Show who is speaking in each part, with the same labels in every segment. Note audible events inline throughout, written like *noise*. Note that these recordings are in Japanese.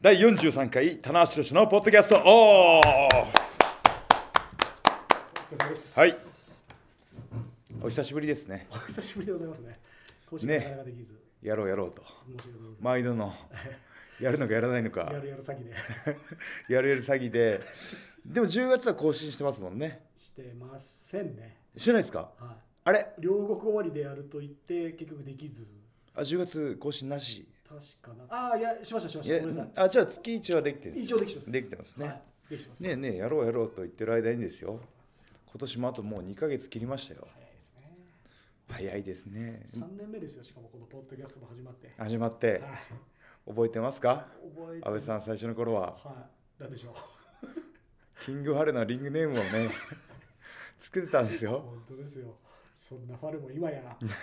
Speaker 1: 第43回、棚橋宏のポッドキャストオフ
Speaker 2: お疲れ様です。
Speaker 1: はい。お久しぶりですね。
Speaker 2: お久しぶりでございますね。更新がなかなかできず、
Speaker 1: やろうやろうと。
Speaker 2: 申し訳ございません。
Speaker 1: 毎度の、やるのかやらないのか
Speaker 2: や、るやる詐欺で
Speaker 1: やるやる詐欺で。でも10月は更新してますもんね。
Speaker 2: してませんね。
Speaker 1: してないですか
Speaker 2: は
Speaker 1: あれ
Speaker 2: い。両国終わりでやると言って結局できず、
Speaker 1: あ ?10 月更新なし。
Speaker 2: 確かな。ああいやしましたしま
Speaker 1: い
Speaker 2: した。
Speaker 1: や
Speaker 2: ごめんなさ
Speaker 1: あ、じゃあ月1はできてる
Speaker 2: い。一応できてます。
Speaker 1: できてますね
Speaker 2: はい。できてます。
Speaker 1: ねえねえ、やろうやろうと言ってる間にですよ
Speaker 2: そう。なんですよ。
Speaker 1: 今年もあともう2ヶ月切りましたよ。
Speaker 2: 早いですね。
Speaker 1: 早いですね。
Speaker 2: 三年目ですよ。しかもこのポッドキャストも始まって。はい。
Speaker 1: 始まって、覚えてますか
Speaker 2: 覚えて。
Speaker 1: 安倍さん最初の頃は。
Speaker 2: はい。なんでしょう。
Speaker 1: キングハルのリングネームを
Speaker 2: *laughs*
Speaker 1: ね作ってたんですよ。
Speaker 2: 本当ですよ。そんなファルも今や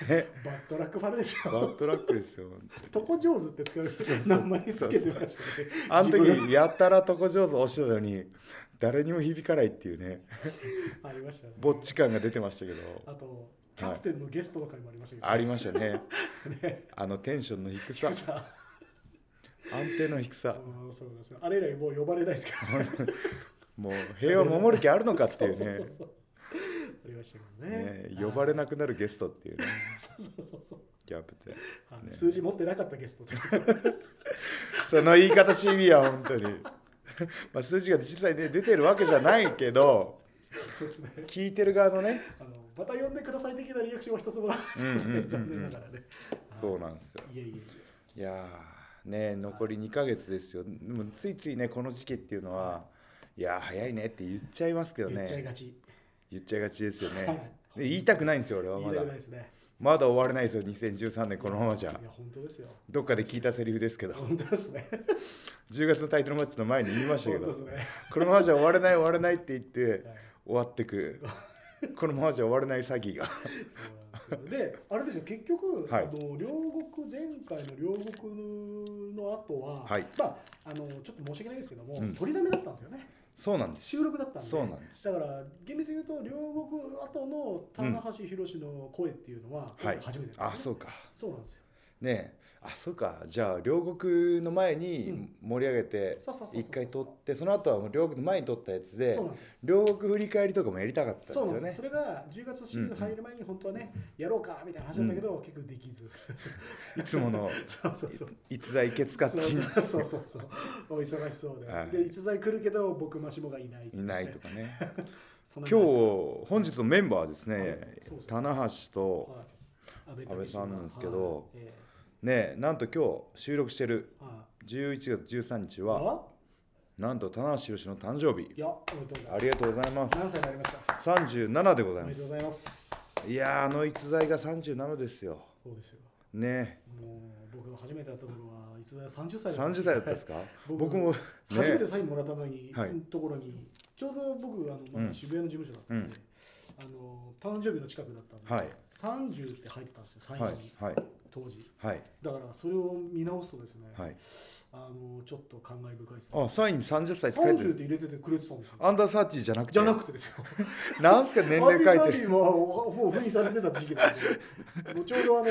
Speaker 1: ね
Speaker 2: バッドラックファルです
Speaker 1: バ
Speaker 2: よ。
Speaker 1: ッドラックですよ。
Speaker 2: トコ上手って使う名前つけてましたね。
Speaker 1: あの
Speaker 2: 自分
Speaker 1: 時やたらとこ上手押してたのに誰にも響かないっていうね
Speaker 2: ありましたね。
Speaker 1: ぼっち感が出てましたけど
Speaker 2: あとキャプテンのゲストの回もありましたけど、
Speaker 1: ありましたね
Speaker 2: ね。
Speaker 1: あのテンションの低さ安
Speaker 2: さ
Speaker 1: 定の低さ
Speaker 2: *laughs* あのそうなんですよ。あれ以来もう呼ばれないですから。
Speaker 1: もう平 *laughs* 和を守る気あるのかっていう
Speaker 2: そうそ
Speaker 1: ね
Speaker 2: うそうありましたけどね。
Speaker 1: ね呼ばれ
Speaker 2: い。
Speaker 1: なくなるゲストっていうね
Speaker 2: *laughs* そうそうそうそう。
Speaker 1: キャプテン
Speaker 2: あの
Speaker 1: ね
Speaker 2: 数字持ってなかったゲストと。 *laughs*
Speaker 1: その言い方シビア本当にまあ数字が実際ね出てるわけじゃないけど
Speaker 2: そうですね。
Speaker 1: 聞いてる側のね
Speaker 2: あのまた呼んでください的なリアクションは一つもらって、
Speaker 1: うんうんうんうん
Speaker 2: 残念ながらね。
Speaker 1: そうなんですよ
Speaker 2: いえいえい
Speaker 1: いやーね残り2ヶ月ですよでもついついねこの時期っていうのは、い、やー早いねって言っちゃいますけ
Speaker 2: え。
Speaker 1: ど
Speaker 2: 言っちゃい
Speaker 1: ね
Speaker 2: がち。
Speaker 1: 言っちゃいがちですよね、
Speaker 2: はい
Speaker 1: で言いたくないんですよ俺は
Speaker 2: 言
Speaker 1: ま
Speaker 2: いた
Speaker 1: だ
Speaker 2: くないですね。
Speaker 1: まだ終われないですよ2013年このままじゃ
Speaker 2: いや本当ですよ。
Speaker 1: どっかで聞いたセリフですけど
Speaker 2: 本当です
Speaker 1: *laughs*
Speaker 2: ね。
Speaker 1: 10月のタイトルマッチの前に言いましたけ
Speaker 2: 本当
Speaker 1: ど、
Speaker 2: ですね。
Speaker 1: このままじゃ終われない終われないって言って
Speaker 2: はい
Speaker 1: 終わってくこのままじゃ終われない詐欺が
Speaker 2: そうなんですよであれですよ結局、
Speaker 1: はい
Speaker 2: あの両国前回の両国の後は、
Speaker 1: はい
Speaker 2: まああのちょっと申し訳ないですけども、
Speaker 1: うん
Speaker 2: 取りだめだったんですよね
Speaker 1: そうなんです
Speaker 2: 収録だったんで
Speaker 1: そうなんです
Speaker 2: だから厳密に言うと両国後の棚橋宏の声っていうのは、今
Speaker 1: はい
Speaker 2: 回初めてなん
Speaker 1: あ
Speaker 2: ですね、
Speaker 1: そうか
Speaker 2: そうなんですよ
Speaker 1: ねえあそうかじゃあ両国の前
Speaker 2: う
Speaker 1: に
Speaker 2: ん
Speaker 1: 盛り上げて
Speaker 2: そうそうそうそう
Speaker 1: 一回撮ってその後はもう両国の前に撮ったやつで
Speaker 2: そうなんですよ
Speaker 1: 両国振り返りとかもやりたかったんです
Speaker 2: そう
Speaker 1: よ
Speaker 2: なんですよ
Speaker 1: ね
Speaker 2: それが10月シーズン入る前に本当はね、やろうかみたいな話なんだけど、結局できず *laughs*
Speaker 1: いつもの
Speaker 2: そうそうそう
Speaker 1: 逸材ケツカッチン
Speaker 2: そうそうそうそうお忙しそうで,、
Speaker 1: はい
Speaker 2: で逸材来るけど僕マシモがいない
Speaker 1: いないとかね
Speaker 2: そん
Speaker 1: 今
Speaker 2: な
Speaker 1: 日本日のメンバーはです
Speaker 2: はい
Speaker 1: ね
Speaker 2: そうそう
Speaker 1: 棚橋と
Speaker 2: はい
Speaker 1: 安倍さんなんですけ
Speaker 2: はい
Speaker 1: ど
Speaker 2: え
Speaker 1: ねえなんと今日収録してる
Speaker 2: えは
Speaker 1: 11月13日
Speaker 2: い
Speaker 1: は
Speaker 2: あ
Speaker 1: なんと棚橋宏の誕生日
Speaker 2: いやおめでとうござ
Speaker 1: あ
Speaker 2: い
Speaker 1: りがとうございま
Speaker 2: ます何歳になりました
Speaker 1: す37でござい
Speaker 2: おめ
Speaker 1: ま
Speaker 2: でとう
Speaker 1: す
Speaker 2: ございます
Speaker 1: いやーあの逸材が37ですよ
Speaker 2: そうですよ
Speaker 1: ね
Speaker 2: もう僕が初めて会った頃は逸材30
Speaker 1: え
Speaker 2: 歳
Speaker 1: 30歳だったんですか
Speaker 2: 僕
Speaker 1: 僕もね
Speaker 2: 初めてサインもらったのに、
Speaker 1: はい
Speaker 2: ところにちょうど僕あの、ま
Speaker 1: うん
Speaker 2: あ、渋谷の事務所だったんで、あの誕生日の近くだったんで、
Speaker 1: はい
Speaker 2: 30って入ってたんですよサインに、
Speaker 1: はいはい
Speaker 2: 当時
Speaker 1: はい
Speaker 2: だからそれを見直すとですね、
Speaker 1: はい
Speaker 2: あのちょっと感慨深いですね
Speaker 1: あサインに30歳って書いて
Speaker 2: 30っ
Speaker 1: る
Speaker 2: て入れててくれてたんですよ
Speaker 1: アンダーサーチじゃなくて
Speaker 2: じゃなくてですよ
Speaker 1: なんすか年齢書いてる
Speaker 2: るももう封印されてた時期なんでもうちょうどあの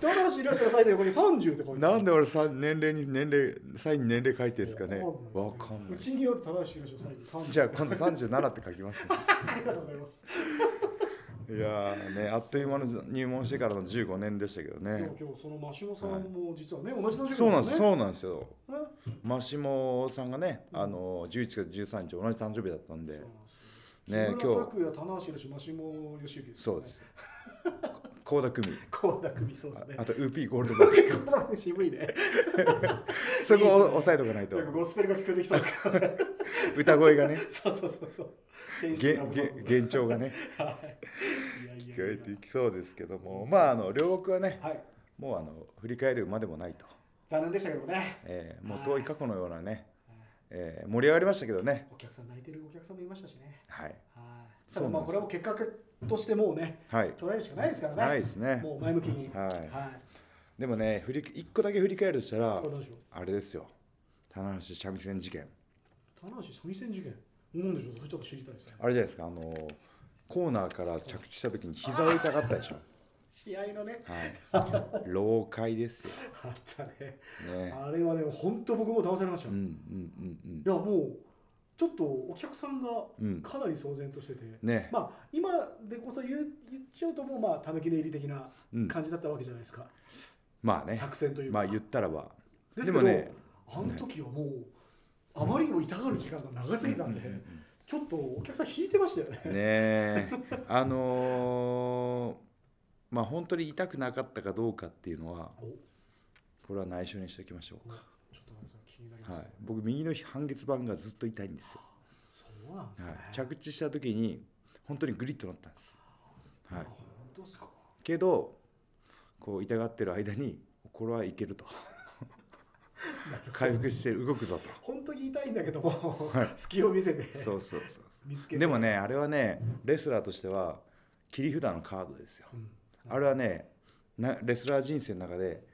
Speaker 2: 棚橋宏のサインの横に30って書いて
Speaker 1: なんで俺さ年齢に年齢サインに年齢書いてるんですかねわ
Speaker 2: わ
Speaker 1: かん
Speaker 2: う
Speaker 1: ない
Speaker 2: ちによる棚橋宏のサイン30
Speaker 1: じゃあ今度37って書きますね
Speaker 2: ありがとうございます
Speaker 1: いやーねあっという間の入門してからの15年でしたけど
Speaker 2: で
Speaker 1: ね
Speaker 2: も今日そのマシモさんも実はね、同じ誕生日
Speaker 1: そうなん
Speaker 2: で
Speaker 1: ですす
Speaker 2: よね
Speaker 1: そうなんですよ
Speaker 2: そうなんで
Speaker 1: マシモさんがねあの11月13日同じ誕生日だったんですね
Speaker 2: ね
Speaker 1: 今
Speaker 2: 木村
Speaker 1: 日
Speaker 2: 拓哉棚橋宏マシモ義行です
Speaker 1: そ
Speaker 2: よ
Speaker 1: う
Speaker 2: ね
Speaker 1: です倖田來未
Speaker 2: 倖田來未そうですね
Speaker 1: あとウーピーゴールドバック
Speaker 2: この辺渋いね
Speaker 1: そこを押さえとかないと
Speaker 2: なんか *laughs* ゴスペルが聞こえてきそうですからね
Speaker 1: 歌声がね
Speaker 2: *laughs* そうそうそうそう天使
Speaker 1: げ
Speaker 2: のラブソン
Speaker 1: げ
Speaker 2: グ
Speaker 1: 幻聴がね
Speaker 2: はいいやい
Speaker 1: 聞
Speaker 2: や
Speaker 1: こ
Speaker 2: いや
Speaker 1: えていきそうですけどもまああの両国はね
Speaker 2: はい
Speaker 1: もうあの振り返るまでもないと、
Speaker 2: 残念でしたけどね
Speaker 1: えーもう遠い過去のようなね、えー盛り上がりましたけどね
Speaker 2: お客さん泣いてるお客さんもいましたしね
Speaker 1: はい
Speaker 2: はい
Speaker 1: そ
Speaker 2: た
Speaker 1: うなんです
Speaker 2: だまあこれはもう結果としてもうね
Speaker 1: はい
Speaker 2: 捉えるしかないですからね
Speaker 1: ないですね
Speaker 2: もう前向きに
Speaker 1: はい
Speaker 2: はい
Speaker 1: でもね振り一個だけ振り返るとしたら
Speaker 2: これどうでしょう
Speaker 1: あれですよ棚橋三味線事件
Speaker 2: 棚橋三味線事件なんでしょうそれちょっと知りたいですね
Speaker 1: あれじゃないですかあのコーナーから着地した時に膝を痛かったでしょ
Speaker 2: 試合のね、
Speaker 1: *laughs* はい、老快ですよ。
Speaker 2: あったね。
Speaker 1: ね。
Speaker 2: あれはね、本当僕も騙されました
Speaker 1: う
Speaker 2: よ。
Speaker 1: んう
Speaker 2: い
Speaker 1: ん
Speaker 2: や、もう、ちょっとお客さんが
Speaker 1: うんうん。
Speaker 2: かなり騒然としてて、
Speaker 1: うん。ね。
Speaker 2: まあ、今でこそ言う言っちゃうと、もう、まあ、たぬき寝入り的な
Speaker 1: うん。
Speaker 2: 感じだったわけじゃないですか、
Speaker 1: まあね。
Speaker 2: 作戦というか。
Speaker 1: まあ言ったらば。
Speaker 2: で
Speaker 1: ですも
Speaker 2: けど、
Speaker 1: ね
Speaker 2: あの時はもう、あまりにも痛がる時間が長すぎたんで、
Speaker 1: うんうん
Speaker 2: ちょっとお客さん引いてましたよね。
Speaker 1: ねえあのーまあ本当に痛くなかったかどうかっていうのは
Speaker 2: お
Speaker 1: これは内緒にしておきましょうか、
Speaker 2: ちょっと待ってください気になります、
Speaker 1: はい、僕右の半月板がずっと痛いんですよ、
Speaker 2: そうなんです
Speaker 1: は
Speaker 2: ね。
Speaker 1: い、着地した時に本当にグリッとなったんです、はい
Speaker 2: あ、本当ですか。
Speaker 1: けどこう痛がってる間にこれはいけると回復して動くぞ
Speaker 2: *laughs*
Speaker 1: と
Speaker 2: 本当に痛いんだけども、
Speaker 1: はい
Speaker 2: 隙を見せて
Speaker 1: そうそうそ
Speaker 2: 見つけ
Speaker 1: う
Speaker 2: て。
Speaker 1: でもねあれはねレスラーとしては切り札のカードですよ
Speaker 2: うん、
Speaker 1: あれはねなレスラー人生の中で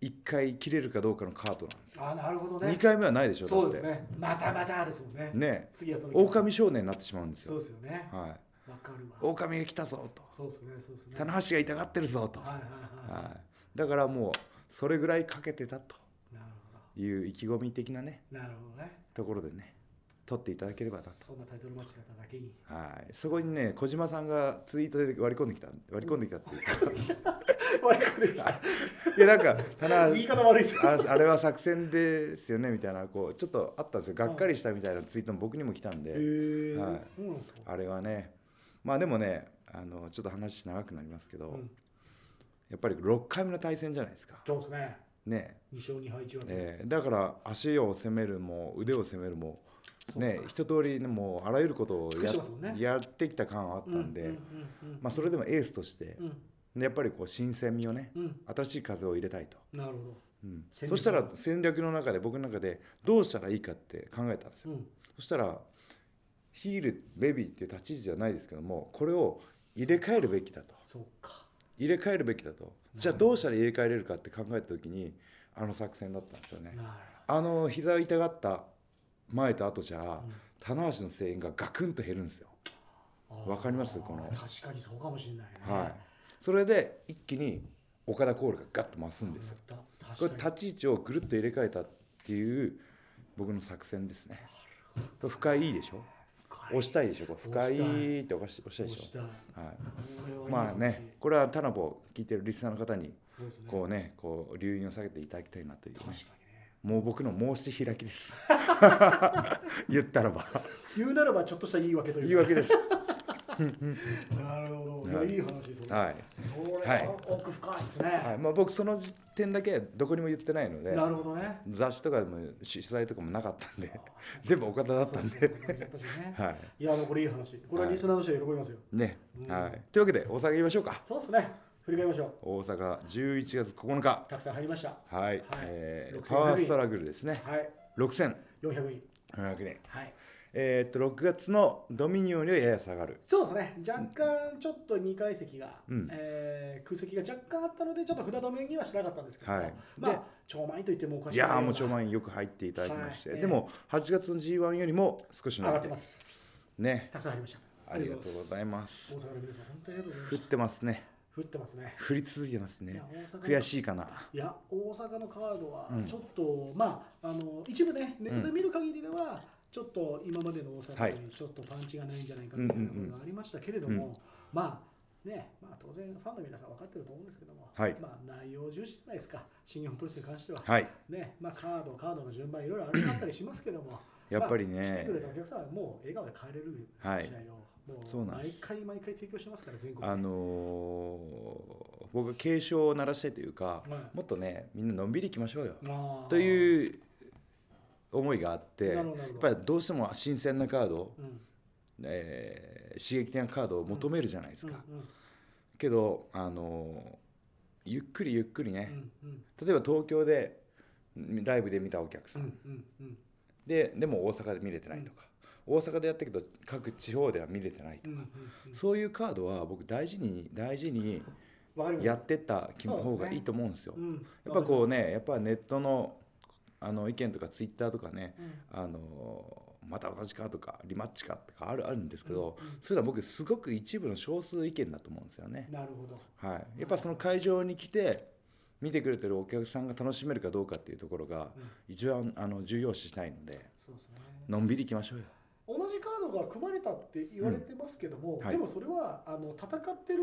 Speaker 1: 1回切れるかどうかのカードなんですよ、
Speaker 2: あなるほど
Speaker 1: 二
Speaker 2: ね。
Speaker 1: 2回目はないでしょ
Speaker 2: そうです
Speaker 1: だっ
Speaker 2: ね。またまたですもんね。
Speaker 1: てね
Speaker 2: 次やった時は
Speaker 1: 狼少年になってしまうんです
Speaker 2: そ
Speaker 1: よ
Speaker 2: うですよね。
Speaker 1: はい
Speaker 2: わかるわ。
Speaker 1: 狼が来たぞと
Speaker 2: そうですね。そうですね。
Speaker 1: 棚橋が痛がってるぞと、
Speaker 2: はいはいはい。
Speaker 1: はい、だからもうそれぐらいかけてたと
Speaker 2: なる
Speaker 1: いう意気込み的なね
Speaker 2: ほど。なるほどね。
Speaker 1: ところでね取っていただければなと、
Speaker 2: そんなタイトルマッチだっただけに。
Speaker 1: はい、そこにね小島さんがツイートで割り込んできた割り込んできたっていう
Speaker 2: *laughs*
Speaker 1: か
Speaker 2: 割り込んできた。
Speaker 1: いやなんか棚橋
Speaker 2: 言い方悪いですよ。
Speaker 1: ああれは作戦ですよねみたいなこうちょっとあったんですよがっかりしたみたいなツイートも僕にも来たん
Speaker 2: へ
Speaker 1: で
Speaker 2: え。そう
Speaker 1: は
Speaker 2: なん
Speaker 1: い
Speaker 2: ですか。
Speaker 1: あれはねまあでもねあのちょっと話長くなりますけど、
Speaker 2: うん
Speaker 1: やっぱり6回目の対戦じゃないですか
Speaker 2: そうですね。
Speaker 1: ね
Speaker 2: 二勝二敗一分で。
Speaker 1: えーだから足を攻めるも腕を攻めるも
Speaker 2: そう
Speaker 1: ね一通りもうあらゆることを
Speaker 2: 尽く
Speaker 1: や,、
Speaker 2: しますもんね
Speaker 1: やってきた感はあったんで、
Speaker 2: ううんうんうん
Speaker 1: まあ、それでもエースとして
Speaker 2: う、ん
Speaker 1: でやっぱりこう新鮮味をね
Speaker 2: うん
Speaker 1: 新しい風を入れたいと。
Speaker 2: なるほ
Speaker 1: うん、
Speaker 2: 戦略
Speaker 1: そしたら戦略の中で僕の中でどうしたらいいかって考えたんですよ
Speaker 2: ど。うん
Speaker 1: そしたらヒールベビーっていう立ち位置じゃないですけどもこれを入れ替えるべきだと
Speaker 2: そうか。
Speaker 1: 入れ替えるべきだとじゃあどうしたら入れ替えれるかって考えた時にあの作戦だったんですよ
Speaker 2: な
Speaker 1: ね
Speaker 2: る
Speaker 1: あの膝を痛がった前と後じゃ
Speaker 2: ほど。
Speaker 1: 棚橋の声援がガクンと減るんですよ
Speaker 2: うん
Speaker 1: わかりますこの
Speaker 2: あー確かにそうかもしれないね。
Speaker 1: はいそれで一気に岡田コールがガッと増すんですよ
Speaker 2: た
Speaker 1: これ
Speaker 2: 確か
Speaker 1: 立ち位置をぐるっと入れ替えたっていう僕の作戦ですねこれ深いいいでしょ
Speaker 2: に。
Speaker 1: 押したいでしょこれ深いって押し押したい
Speaker 2: 押
Speaker 1: で
Speaker 2: し
Speaker 1: した
Speaker 2: い。
Speaker 1: ょはい
Speaker 2: これはいい
Speaker 1: まあ
Speaker 2: 話
Speaker 1: ね、。これはタナポ聞いてるリスナーの方に
Speaker 2: そうですね
Speaker 1: こうね、こう留飲を下げていただきたいなというね、
Speaker 2: 確かにね。
Speaker 1: もう僕の申し開き
Speaker 2: *laughs*
Speaker 1: です。言ったらば
Speaker 2: 言うならばちょっとした言い訳という
Speaker 1: 言い訳です。
Speaker 2: か。なるほど。いや
Speaker 1: はい
Speaker 2: いい話ですね。
Speaker 1: はい。
Speaker 2: それ
Speaker 1: はい
Speaker 2: は奥深いです
Speaker 1: は
Speaker 2: ね。
Speaker 1: い、まあ僕その時点だけどこにも言ってないので、
Speaker 2: なるほどね。
Speaker 1: 雑誌とかでも取材とかもなかったんで
Speaker 2: あー、
Speaker 1: 全部岡田だったん
Speaker 2: そうで、
Speaker 1: です
Speaker 2: ねこんな感じだったしね
Speaker 1: はい
Speaker 2: やもうこれいい話。これはリスナーの人は喜びますよ。
Speaker 1: い。ね
Speaker 2: う、ん
Speaker 1: はい。というわけで大阪行きましょうか。
Speaker 2: そうですね。振り返りましょう。
Speaker 1: 大阪11月9日、
Speaker 2: たくさん入りました。
Speaker 1: はい。
Speaker 2: い
Speaker 1: えー
Speaker 2: 6500
Speaker 1: パワーストラグルですね。
Speaker 2: はい。
Speaker 1: 6400
Speaker 2: 400人。
Speaker 1: 円。
Speaker 2: はい。
Speaker 1: えーっと6月のドミニオンよりやや下がる。
Speaker 2: そうですね。若干ちょっと2階席が、
Speaker 1: うん
Speaker 2: えー空席が若干あったので、ちょっと札止めにはしなかったんですけども、
Speaker 1: はい
Speaker 2: ま
Speaker 1: で
Speaker 2: あ、超満員と言ってもおかし
Speaker 1: い
Speaker 2: くな
Speaker 1: や
Speaker 2: いような
Speaker 1: ーもう超満員よく入っていただきまして、
Speaker 2: はい
Speaker 1: でも8月の G1 よりも少し
Speaker 2: 上が
Speaker 1: 伸
Speaker 2: って
Speaker 1: び
Speaker 2: ま
Speaker 1: て
Speaker 2: す。
Speaker 1: ね
Speaker 2: たくさん入りました。
Speaker 1: ありがとうござ
Speaker 2: い
Speaker 1: います
Speaker 2: ます。大阪の皆さん、本当にありがとうご
Speaker 1: 降っ
Speaker 2: ざいました。
Speaker 1: てますね
Speaker 2: 降ってますね。
Speaker 1: 降り続いてます
Speaker 2: い
Speaker 1: ね
Speaker 2: や、大阪の
Speaker 1: 悔しいかない
Speaker 2: や大阪のカードは
Speaker 1: うん
Speaker 2: ちょっと、まああの一部ねネットで見る限りでは、ちょっと今までの大
Speaker 1: はい
Speaker 2: 阪にちょっとパンチがないんじゃないかみたいなことがありましたけれども、
Speaker 1: うん
Speaker 2: まあねまあ当然ファンの皆さん分かってると思うんですけども、
Speaker 1: はい
Speaker 2: まあ内容重視じゃないですか新日本プロレスに関しては、
Speaker 1: はい
Speaker 2: ねまあカードカードの順番いろいろあるかったりしますけども
Speaker 1: やっぱり
Speaker 2: まあ来て
Speaker 1: ね
Speaker 2: くれたお客さんはもう笑顔で帰れる
Speaker 1: はい
Speaker 2: 試合を、も
Speaker 1: そうなんで
Speaker 2: 毎
Speaker 1: す
Speaker 2: 回毎回提供してますから全国で
Speaker 1: あのー僕は警鐘を鳴らしたいというか
Speaker 2: はい
Speaker 1: もっとねみんなのんびり行きましょうよ
Speaker 2: まあ
Speaker 1: という思いがあって
Speaker 2: な
Speaker 1: や
Speaker 2: るほどなる
Speaker 1: っ
Speaker 2: ほど
Speaker 1: ぱりどうしても新鮮なカード、
Speaker 2: うん
Speaker 1: えー刺激的なカードを求めるじゃないですか、
Speaker 2: うんうん
Speaker 1: けどあのーゆっくりゆっくりね、
Speaker 2: うんうん
Speaker 1: 例えば東京でんライブで見たお客さ、
Speaker 2: うんんうん
Speaker 1: ででも大阪で見れてないとか、大阪でやったけど各地方では見れてないと
Speaker 2: うんうん
Speaker 1: そういうカードは僕大事に大事に
Speaker 2: わかります
Speaker 1: やってった気の
Speaker 2: そ
Speaker 1: 方
Speaker 2: うですね
Speaker 1: がいいと思うんですよ。
Speaker 2: うん
Speaker 1: やっぱこうねやっぱネットのあの意見とかツイッターとかね
Speaker 2: う
Speaker 1: あのまた同じかとかリマッチかとかあるあるんですけど、それは僕すごく一部の少数意見だと思うんですよね。
Speaker 2: なるほど。
Speaker 1: はい、やっぱその会場に来て見てくれてるお客さんが楽しめるかどうかっていうところが
Speaker 2: うん
Speaker 1: 一番あの重要視したいので
Speaker 2: そうですね。
Speaker 1: のんびり行きましょうよ。
Speaker 2: 同じカードが組まれたって言われてますけども、
Speaker 1: うんはい
Speaker 2: でもそれはあの戦ってる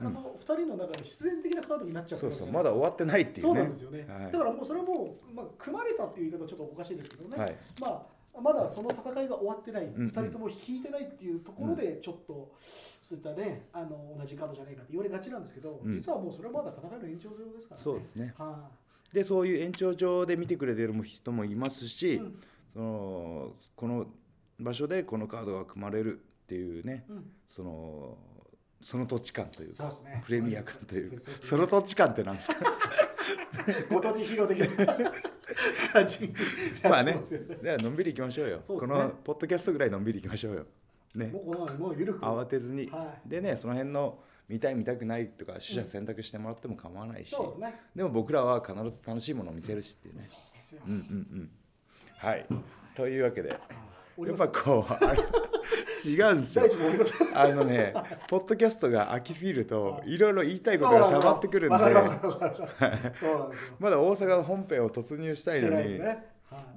Speaker 2: あ
Speaker 1: うん
Speaker 2: の二人の中で必然的なカードになっちゃった
Speaker 1: そ
Speaker 2: わ
Speaker 1: う
Speaker 2: けじ
Speaker 1: そ
Speaker 2: ゃ
Speaker 1: う
Speaker 2: な
Speaker 1: ま
Speaker 2: いで
Speaker 1: だ終わってないってい
Speaker 2: すか。そううな
Speaker 1: ね
Speaker 2: んですよね。
Speaker 1: はい
Speaker 2: だからもうそれはもうまあ組まれたっていう言い方はちょっとおかしいですけどね。
Speaker 1: はい
Speaker 2: まあまだその戦いが終わってない、
Speaker 1: んう
Speaker 2: 二
Speaker 1: ん
Speaker 2: 人とも引いてないっていうところでちょっとそういったねあの同じカードじゃないかって言われがちなんですけど、
Speaker 1: うん
Speaker 2: 実はもうそれはまだ戦いの延長上ですからね。
Speaker 1: そうですね
Speaker 2: は
Speaker 1: でそういう延長上で見てくれてる人もいます
Speaker 2: い、
Speaker 1: し、
Speaker 2: うん
Speaker 1: そのこの場所でこのカードが組まれるっていうね
Speaker 2: うん
Speaker 1: そのその土地感という
Speaker 2: そう
Speaker 1: か
Speaker 2: ですね。
Speaker 1: プレミア感というか
Speaker 2: そうです
Speaker 1: そ
Speaker 2: ね
Speaker 1: の土地感ってなんですか
Speaker 2: ご当地ヒーロー的な感じになってますよね。
Speaker 1: ではのんびり行きましょうよ
Speaker 2: そうです
Speaker 1: こ
Speaker 2: ね
Speaker 1: のポッドキャストぐらいのんびり行きましょうよね
Speaker 2: もうこのもう緩く。
Speaker 1: 慌
Speaker 2: は
Speaker 1: てずに
Speaker 2: い。
Speaker 1: でねその辺の見たい見たくないとか取捨選択してもらっても構わないし、
Speaker 2: そうですね。
Speaker 1: でも僕らは必ず楽しいものを見せるしっていうね
Speaker 2: そうですよ
Speaker 1: うん。うんうんはいというわけでや
Speaker 2: 俺
Speaker 1: っ
Speaker 2: も
Speaker 1: ぱこうあれ *laughs* 違うんですよ
Speaker 2: 第一も俺もそう
Speaker 1: あのね、ポッドキャストが飽きすぎると、いろいろ言いたいこと
Speaker 2: な
Speaker 1: が
Speaker 2: んですよ
Speaker 1: 溜まってくるんで、
Speaker 2: わかるわかるわかる
Speaker 1: *laughs*
Speaker 2: そうなんですよ。
Speaker 1: まだ大阪の本編を突入したい
Speaker 2: して
Speaker 1: の
Speaker 2: ないで
Speaker 1: に、
Speaker 2: す
Speaker 1: ね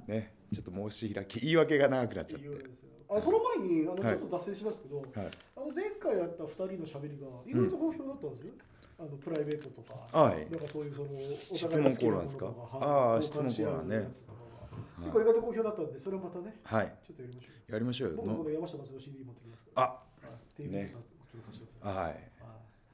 Speaker 2: ね。はい。
Speaker 1: ちょっと申し開き、言い訳が長くなっちゃっ
Speaker 2: い
Speaker 1: て
Speaker 2: い。ようですよあその前にあのち
Speaker 1: はい
Speaker 2: ょっと脱線しますけど、
Speaker 1: はい、
Speaker 2: あの前回やった2人の喋りがいろいろと好評だったんですよ、あのプライベートとか、
Speaker 1: はい
Speaker 2: なんかそういうそのお
Speaker 1: 質
Speaker 2: 互
Speaker 1: 問
Speaker 2: い
Speaker 1: コ
Speaker 2: が好き
Speaker 1: ー
Speaker 2: な
Speaker 1: ナーで
Speaker 2: もの
Speaker 1: す
Speaker 2: と
Speaker 1: か
Speaker 2: か
Speaker 1: ああ
Speaker 2: はい交換し合
Speaker 1: 質問
Speaker 2: う
Speaker 1: コーナーね
Speaker 2: やつとかが結構意外と好評だったんでそれをまたね
Speaker 1: はい、
Speaker 2: ちょっとやりましょう
Speaker 1: やりましょうよ。
Speaker 2: 僕もこ
Speaker 1: の
Speaker 2: の山下達郎 CD 持ってきますから。
Speaker 1: あ、
Speaker 2: はいテーブルさん、ちょっと貸してください。
Speaker 1: はい、
Speaker 2: はい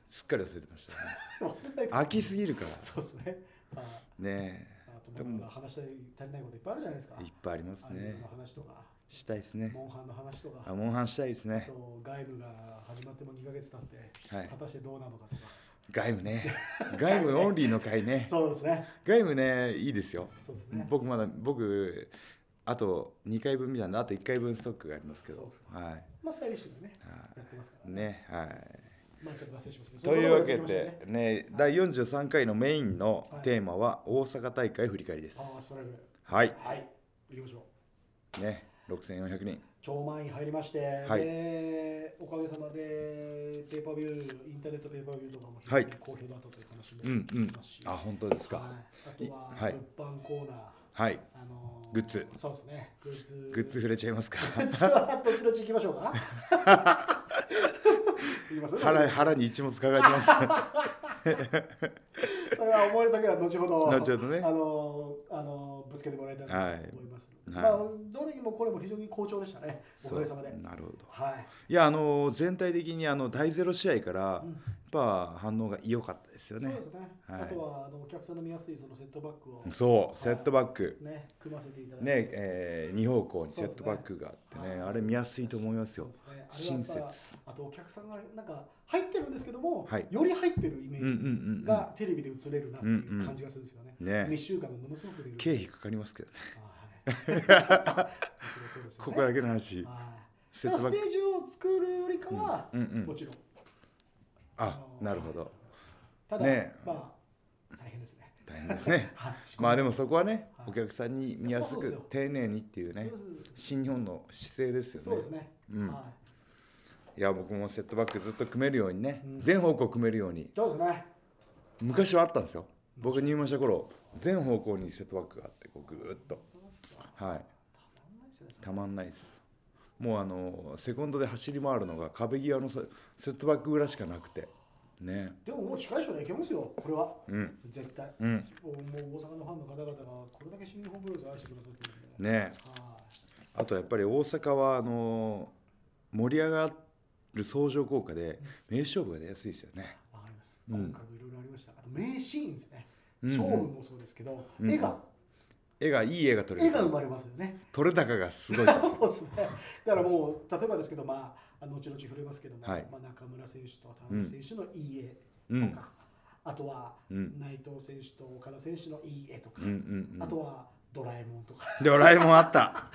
Speaker 1: すっかり忘れてました、ね。
Speaker 2: 忘れない
Speaker 1: 飽きすぎるから、
Speaker 2: そうですね。はい
Speaker 1: ね
Speaker 2: あとなんか話したい足りないこといっぱいあるじゃないですか。
Speaker 1: え、いっぱいあります
Speaker 2: アニメ
Speaker 1: ね
Speaker 2: の。話とか、
Speaker 1: したいですね。
Speaker 2: モンハンの話と
Speaker 1: あ、
Speaker 2: か、
Speaker 1: モンハンしたいです
Speaker 2: あ
Speaker 1: ね。
Speaker 2: と外部が始まっても2ヶ月経って、
Speaker 1: はい
Speaker 2: 果たしてどうなのかとか。
Speaker 1: 外務ね、外務オンリーの会ね。
Speaker 2: そうですね。
Speaker 1: 外務ね、いいですよ。
Speaker 2: そうですね。
Speaker 1: 僕まだ僕あと2回分みたいなあと1回分ストックがありますけ
Speaker 2: そう
Speaker 1: ど
Speaker 2: です
Speaker 1: は
Speaker 2: まあスタイリッシュでね、
Speaker 1: い
Speaker 2: やってますか
Speaker 1: はい
Speaker 2: ら。
Speaker 1: ねはい
Speaker 2: まあちょっと脱線しますけど。
Speaker 1: というわけ
Speaker 2: そんなことやって
Speaker 1: でね第43回のメインの
Speaker 2: はい
Speaker 1: テーマは大阪大会振り返りで
Speaker 2: き
Speaker 1: す
Speaker 2: ましたね。ああ、ストライク。
Speaker 1: はい
Speaker 2: はい。行きましょう。
Speaker 1: ね6400人
Speaker 2: 超満員入りまして、
Speaker 1: はい
Speaker 2: でおかげさまでペーパービューインターネットペーパービューとかも非常
Speaker 1: はい
Speaker 2: に好評だったという話も
Speaker 1: うんうん
Speaker 2: 聞きますし、
Speaker 1: あ
Speaker 2: はい
Speaker 1: 本当ですか
Speaker 2: あと
Speaker 1: は
Speaker 2: はい物販コーナー、
Speaker 1: はい
Speaker 2: あのー
Speaker 1: グッズ
Speaker 2: そうですねグッズ
Speaker 1: グッズ触れちゃいますか
Speaker 2: グッズはどっちどっち行きましょうか行きます
Speaker 1: 腹腹に一物抱えてます
Speaker 2: それは思えるだけは後ほど
Speaker 1: 後ほどね
Speaker 2: あのーあのーぶつけてもらいたいなと思います、
Speaker 1: はい
Speaker 2: まあ
Speaker 1: は
Speaker 2: どれにもこれも非常に好調でしたね *laughs* おかげさまで
Speaker 1: そうなるほど
Speaker 2: はい
Speaker 1: いやあの全体的にあの第ゼロ試合からや
Speaker 2: うん
Speaker 1: っぱ反応が良かったですよ
Speaker 2: そう
Speaker 1: ね
Speaker 2: ですね。
Speaker 1: はい
Speaker 2: あとはあのお客さんの見やすいそのセットバックを
Speaker 1: そうセットバック
Speaker 2: ね組ませていただいて。
Speaker 1: ねえー、2方向にセットバックがあってね
Speaker 2: そうですねはい
Speaker 1: あれ見やすいと思います
Speaker 2: そう
Speaker 1: よ
Speaker 2: で。すね。あれはや
Speaker 1: 親
Speaker 2: っ
Speaker 1: 切。
Speaker 2: ぱあとお客さんがなんか入ってるんですけども、
Speaker 1: はい
Speaker 2: より入ってるイメ
Speaker 1: うんうん
Speaker 2: ージ
Speaker 1: うん
Speaker 2: がテレビで映れるなっていう感じがするんですよね。
Speaker 1: う
Speaker 2: 一
Speaker 1: んね
Speaker 2: 2週間がものすごく出る。
Speaker 1: 経費かかりますけどね、 *laughs*
Speaker 2: あはいもちろんそうですよね
Speaker 1: ここだけの話、
Speaker 2: はい
Speaker 1: セ
Speaker 2: だ
Speaker 1: ッ
Speaker 2: か
Speaker 1: トバッ
Speaker 2: らステ
Speaker 1: ク。
Speaker 2: ージを作るよりかは、
Speaker 1: うんう
Speaker 2: も
Speaker 1: ん、
Speaker 2: ちろん。
Speaker 1: あなるほど、
Speaker 2: ただ、
Speaker 1: ね
Speaker 2: まあ大変ですね。
Speaker 1: 大変です
Speaker 2: *laughs*
Speaker 1: ね。
Speaker 2: はい
Speaker 1: まあでもそこはね
Speaker 2: は、い
Speaker 1: お客さんに見やす
Speaker 2: そうそうそ
Speaker 1: く
Speaker 2: う、
Speaker 1: 丁寧にっていうね、新日本の姿勢です
Speaker 2: そう
Speaker 1: よ
Speaker 2: で
Speaker 1: ね
Speaker 2: す。ね。
Speaker 1: うん
Speaker 2: はい
Speaker 1: いや、僕もセットバックずっと組めるようにね
Speaker 2: う、ん
Speaker 1: 全方向組めるように、
Speaker 2: そうですね。
Speaker 1: 昔はあったんですよ。僕入門した頃、全方向にセットバックがあって、こうぐーっと。
Speaker 2: どうですか
Speaker 1: はい。
Speaker 2: たまんないですよね。
Speaker 1: たまんないですもうあのセコンドで走り回るのが壁際のセセットバックぐらいしかなくてね
Speaker 2: でももう近い将来いけますよ、これは。
Speaker 1: うん
Speaker 2: 絶対。
Speaker 1: うん
Speaker 2: もう大阪のファンの方々がこれだけ新日本プロレスを愛してくださってるんで。
Speaker 1: ね
Speaker 2: は
Speaker 1: あとやっぱり大阪はあの盛り上がる相乗効果で名勝負が出やすいですよね
Speaker 2: い、わかります。
Speaker 1: うん
Speaker 2: 今回もいろいろありました。あと名シーンですね。
Speaker 1: うん
Speaker 2: 勝負もそうですけど、
Speaker 1: うん
Speaker 2: 絵が、
Speaker 1: 絵がいい絵が撮れ
Speaker 2: 絵
Speaker 1: る
Speaker 2: が生まれますよね。
Speaker 1: 撮れ高がすごいです
Speaker 2: *laughs* そうですね。だからもう、例えばですけど、まあ、あの後々触れますけども、
Speaker 1: はい
Speaker 2: まあ、中村選手と田中選手のいい絵
Speaker 1: うんう
Speaker 2: と
Speaker 1: ん
Speaker 2: か、あとは
Speaker 1: うん
Speaker 2: 内藤選手と岡田選手のいい絵とか、
Speaker 1: うんうん
Speaker 2: あとはドラえもんとか。 *laughs*
Speaker 1: ドラえもんあった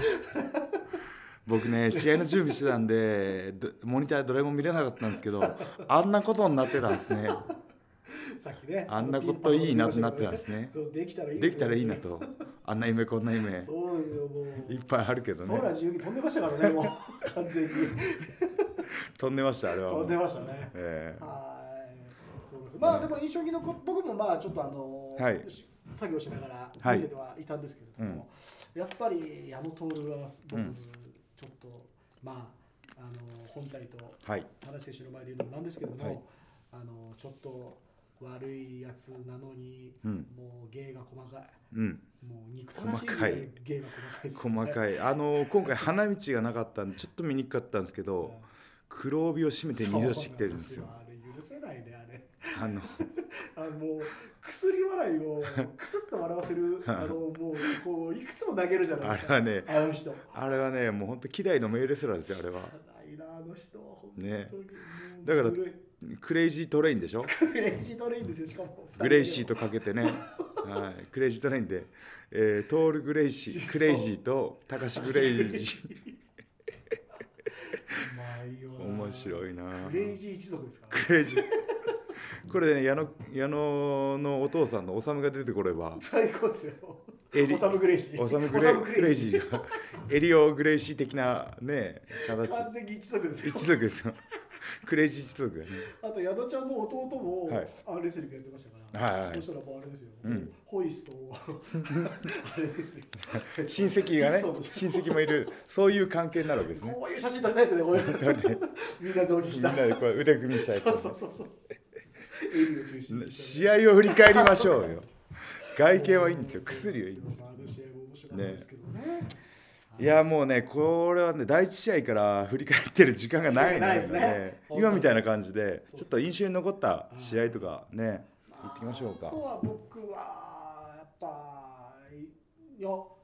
Speaker 1: 僕ね試合の準備してたんでどモニターでドラえもん見れなかったんですけどあんなことになってたんですね
Speaker 2: さっきね。
Speaker 1: あんなこといいなってなってたんですね
Speaker 2: そうできたらいい
Speaker 1: できたらいいなとあんな夢こんな夢い
Speaker 2: そうよもう
Speaker 1: っぱいあるけどね
Speaker 2: 空自由に飛んでましたからねもう完
Speaker 1: *laughs*
Speaker 2: 全に
Speaker 1: 飛んでましたあれは
Speaker 2: 飛んでましたね
Speaker 1: ええ
Speaker 2: はいそうですまあでも印象に残っ僕もまあちょっとあの
Speaker 1: はい
Speaker 2: し作業しながら
Speaker 1: はい
Speaker 2: 見てはいたんですけれども、やっぱり矢野徹は僕、
Speaker 1: うん
Speaker 2: ちょっとまああの本体と
Speaker 1: はい
Speaker 2: 田中選手の前で言うのもなんですけども、
Speaker 1: はい
Speaker 2: あのちょっと悪いやつなのに、
Speaker 1: うん
Speaker 2: もう芸が細かい
Speaker 1: うん
Speaker 2: もう憎たらしい
Speaker 1: 細かい
Speaker 2: 芸が細かいです、ね、
Speaker 1: 細
Speaker 2: い
Speaker 1: かいあの今回花道がなかったんでちょっと見にくかったんですけど黒帯を締めて入場してきてるんですよ
Speaker 2: あれ許せないねあれ
Speaker 1: あの
Speaker 2: あのもう薬笑いをくすっと笑わせるあのもうこういくつも投げるじゃない
Speaker 1: あれ
Speaker 2: ですか
Speaker 1: はね
Speaker 2: あの人
Speaker 1: あれはねもう本当希代の名レスラーですよあれは
Speaker 2: 汚いなあの人は本当に、
Speaker 1: ね
Speaker 2: もう
Speaker 1: だから
Speaker 2: ずるい
Speaker 1: クレイジートレインでしょ
Speaker 2: グレイシートレインですよしかも
Speaker 1: グレイシー
Speaker 2: と
Speaker 1: とかけてね、はい、クレイジートレインで、えー、トールグレイシー、クレイジーとタカシグレイジー、面白いなあ。
Speaker 2: クレイジー一族ですからね
Speaker 1: クレイジー。これね、矢野矢野のお父さんのおさむが出てこれば、
Speaker 2: 最高ですよ。
Speaker 1: エリ
Speaker 2: オサムグレイシー。
Speaker 1: おさむグ
Speaker 2: オサ
Speaker 1: レグレイジーが、エリオグレイシー的なね、形、
Speaker 2: 完全に一族ですよ。
Speaker 1: 一族ですよ。クレイジー一族がね。
Speaker 2: あと、矢野ちゃんの弟も、
Speaker 1: はい
Speaker 2: あレスリングやってましたから。
Speaker 1: はいはい
Speaker 2: そしたらもうあれですよ。
Speaker 1: うん
Speaker 2: ホイスト
Speaker 1: *laughs*
Speaker 2: をあれですよ。 *laughs*
Speaker 1: 親戚がね
Speaker 2: そう、です
Speaker 1: 親戚もいる、そういう関係になるわけですね。
Speaker 2: こういう写真撮りたいですね、こういう
Speaker 1: なので
Speaker 2: みんな同期
Speaker 1: み
Speaker 2: し
Speaker 1: んな
Speaker 2: た。
Speaker 1: でこう腕組みしたい
Speaker 2: そうそうそうそう。エビを中心にした
Speaker 1: 試合を振り返りましょうよ外形はいいんですよ薬はいいんです
Speaker 2: すよ。まああの試合も面白かったですけどね。
Speaker 1: いやもうねこれはね第一試合から振り返ってる時間がないの
Speaker 2: 時間がない
Speaker 1: で,、
Speaker 2: ですね
Speaker 1: 今みたいな感じで
Speaker 2: そう
Speaker 1: ちょっと印象に残った試合とかね
Speaker 2: まあ
Speaker 1: 行ってきましょう
Speaker 2: あ
Speaker 1: か
Speaker 2: とは僕はやっぱいやこ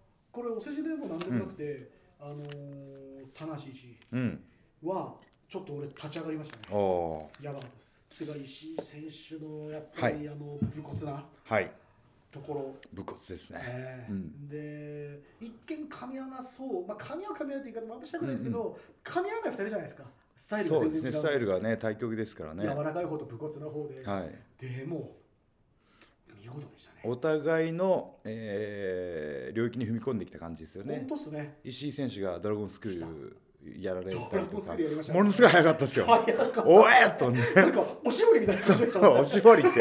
Speaker 2: れお世辞でもなんでもなくて、あのー田無氏
Speaker 1: うん
Speaker 2: はちょっと俺立ち上がりましたね。
Speaker 1: おお
Speaker 2: やばかったです。てか石井選手のやっぱり、あの武骨な
Speaker 1: ーはい
Speaker 2: ところ、
Speaker 1: 武骨ですね
Speaker 2: ええ
Speaker 1: うん
Speaker 2: で一見噛み合わなそう、まあ噛み合う噛み合うって言い方もあんましたくないですけど、噛み合わない二人じゃないですか。スタイルが
Speaker 1: そう
Speaker 2: 全
Speaker 1: です
Speaker 2: 然違
Speaker 1: ね
Speaker 2: う。
Speaker 1: スタイルがね対局ですからね
Speaker 2: 柔らかい方と武骨な方で、
Speaker 1: はい
Speaker 2: でも見事でしたね。
Speaker 1: お互いの、えー領域に踏み込んできた感じですよ
Speaker 2: 本
Speaker 1: ね
Speaker 2: 当っすね。
Speaker 1: 石井選手がドラゴンスクールやられたり
Speaker 2: ドラゴ
Speaker 1: と
Speaker 2: ンスク
Speaker 1: か
Speaker 2: ールやりましたね
Speaker 1: ものすごい早かったですよ
Speaker 2: 早かった
Speaker 1: おえっとね
Speaker 2: なんかおしぼりみたいな感じでした
Speaker 1: そう
Speaker 2: もん
Speaker 1: *laughs* お
Speaker 2: ね
Speaker 1: しぼりって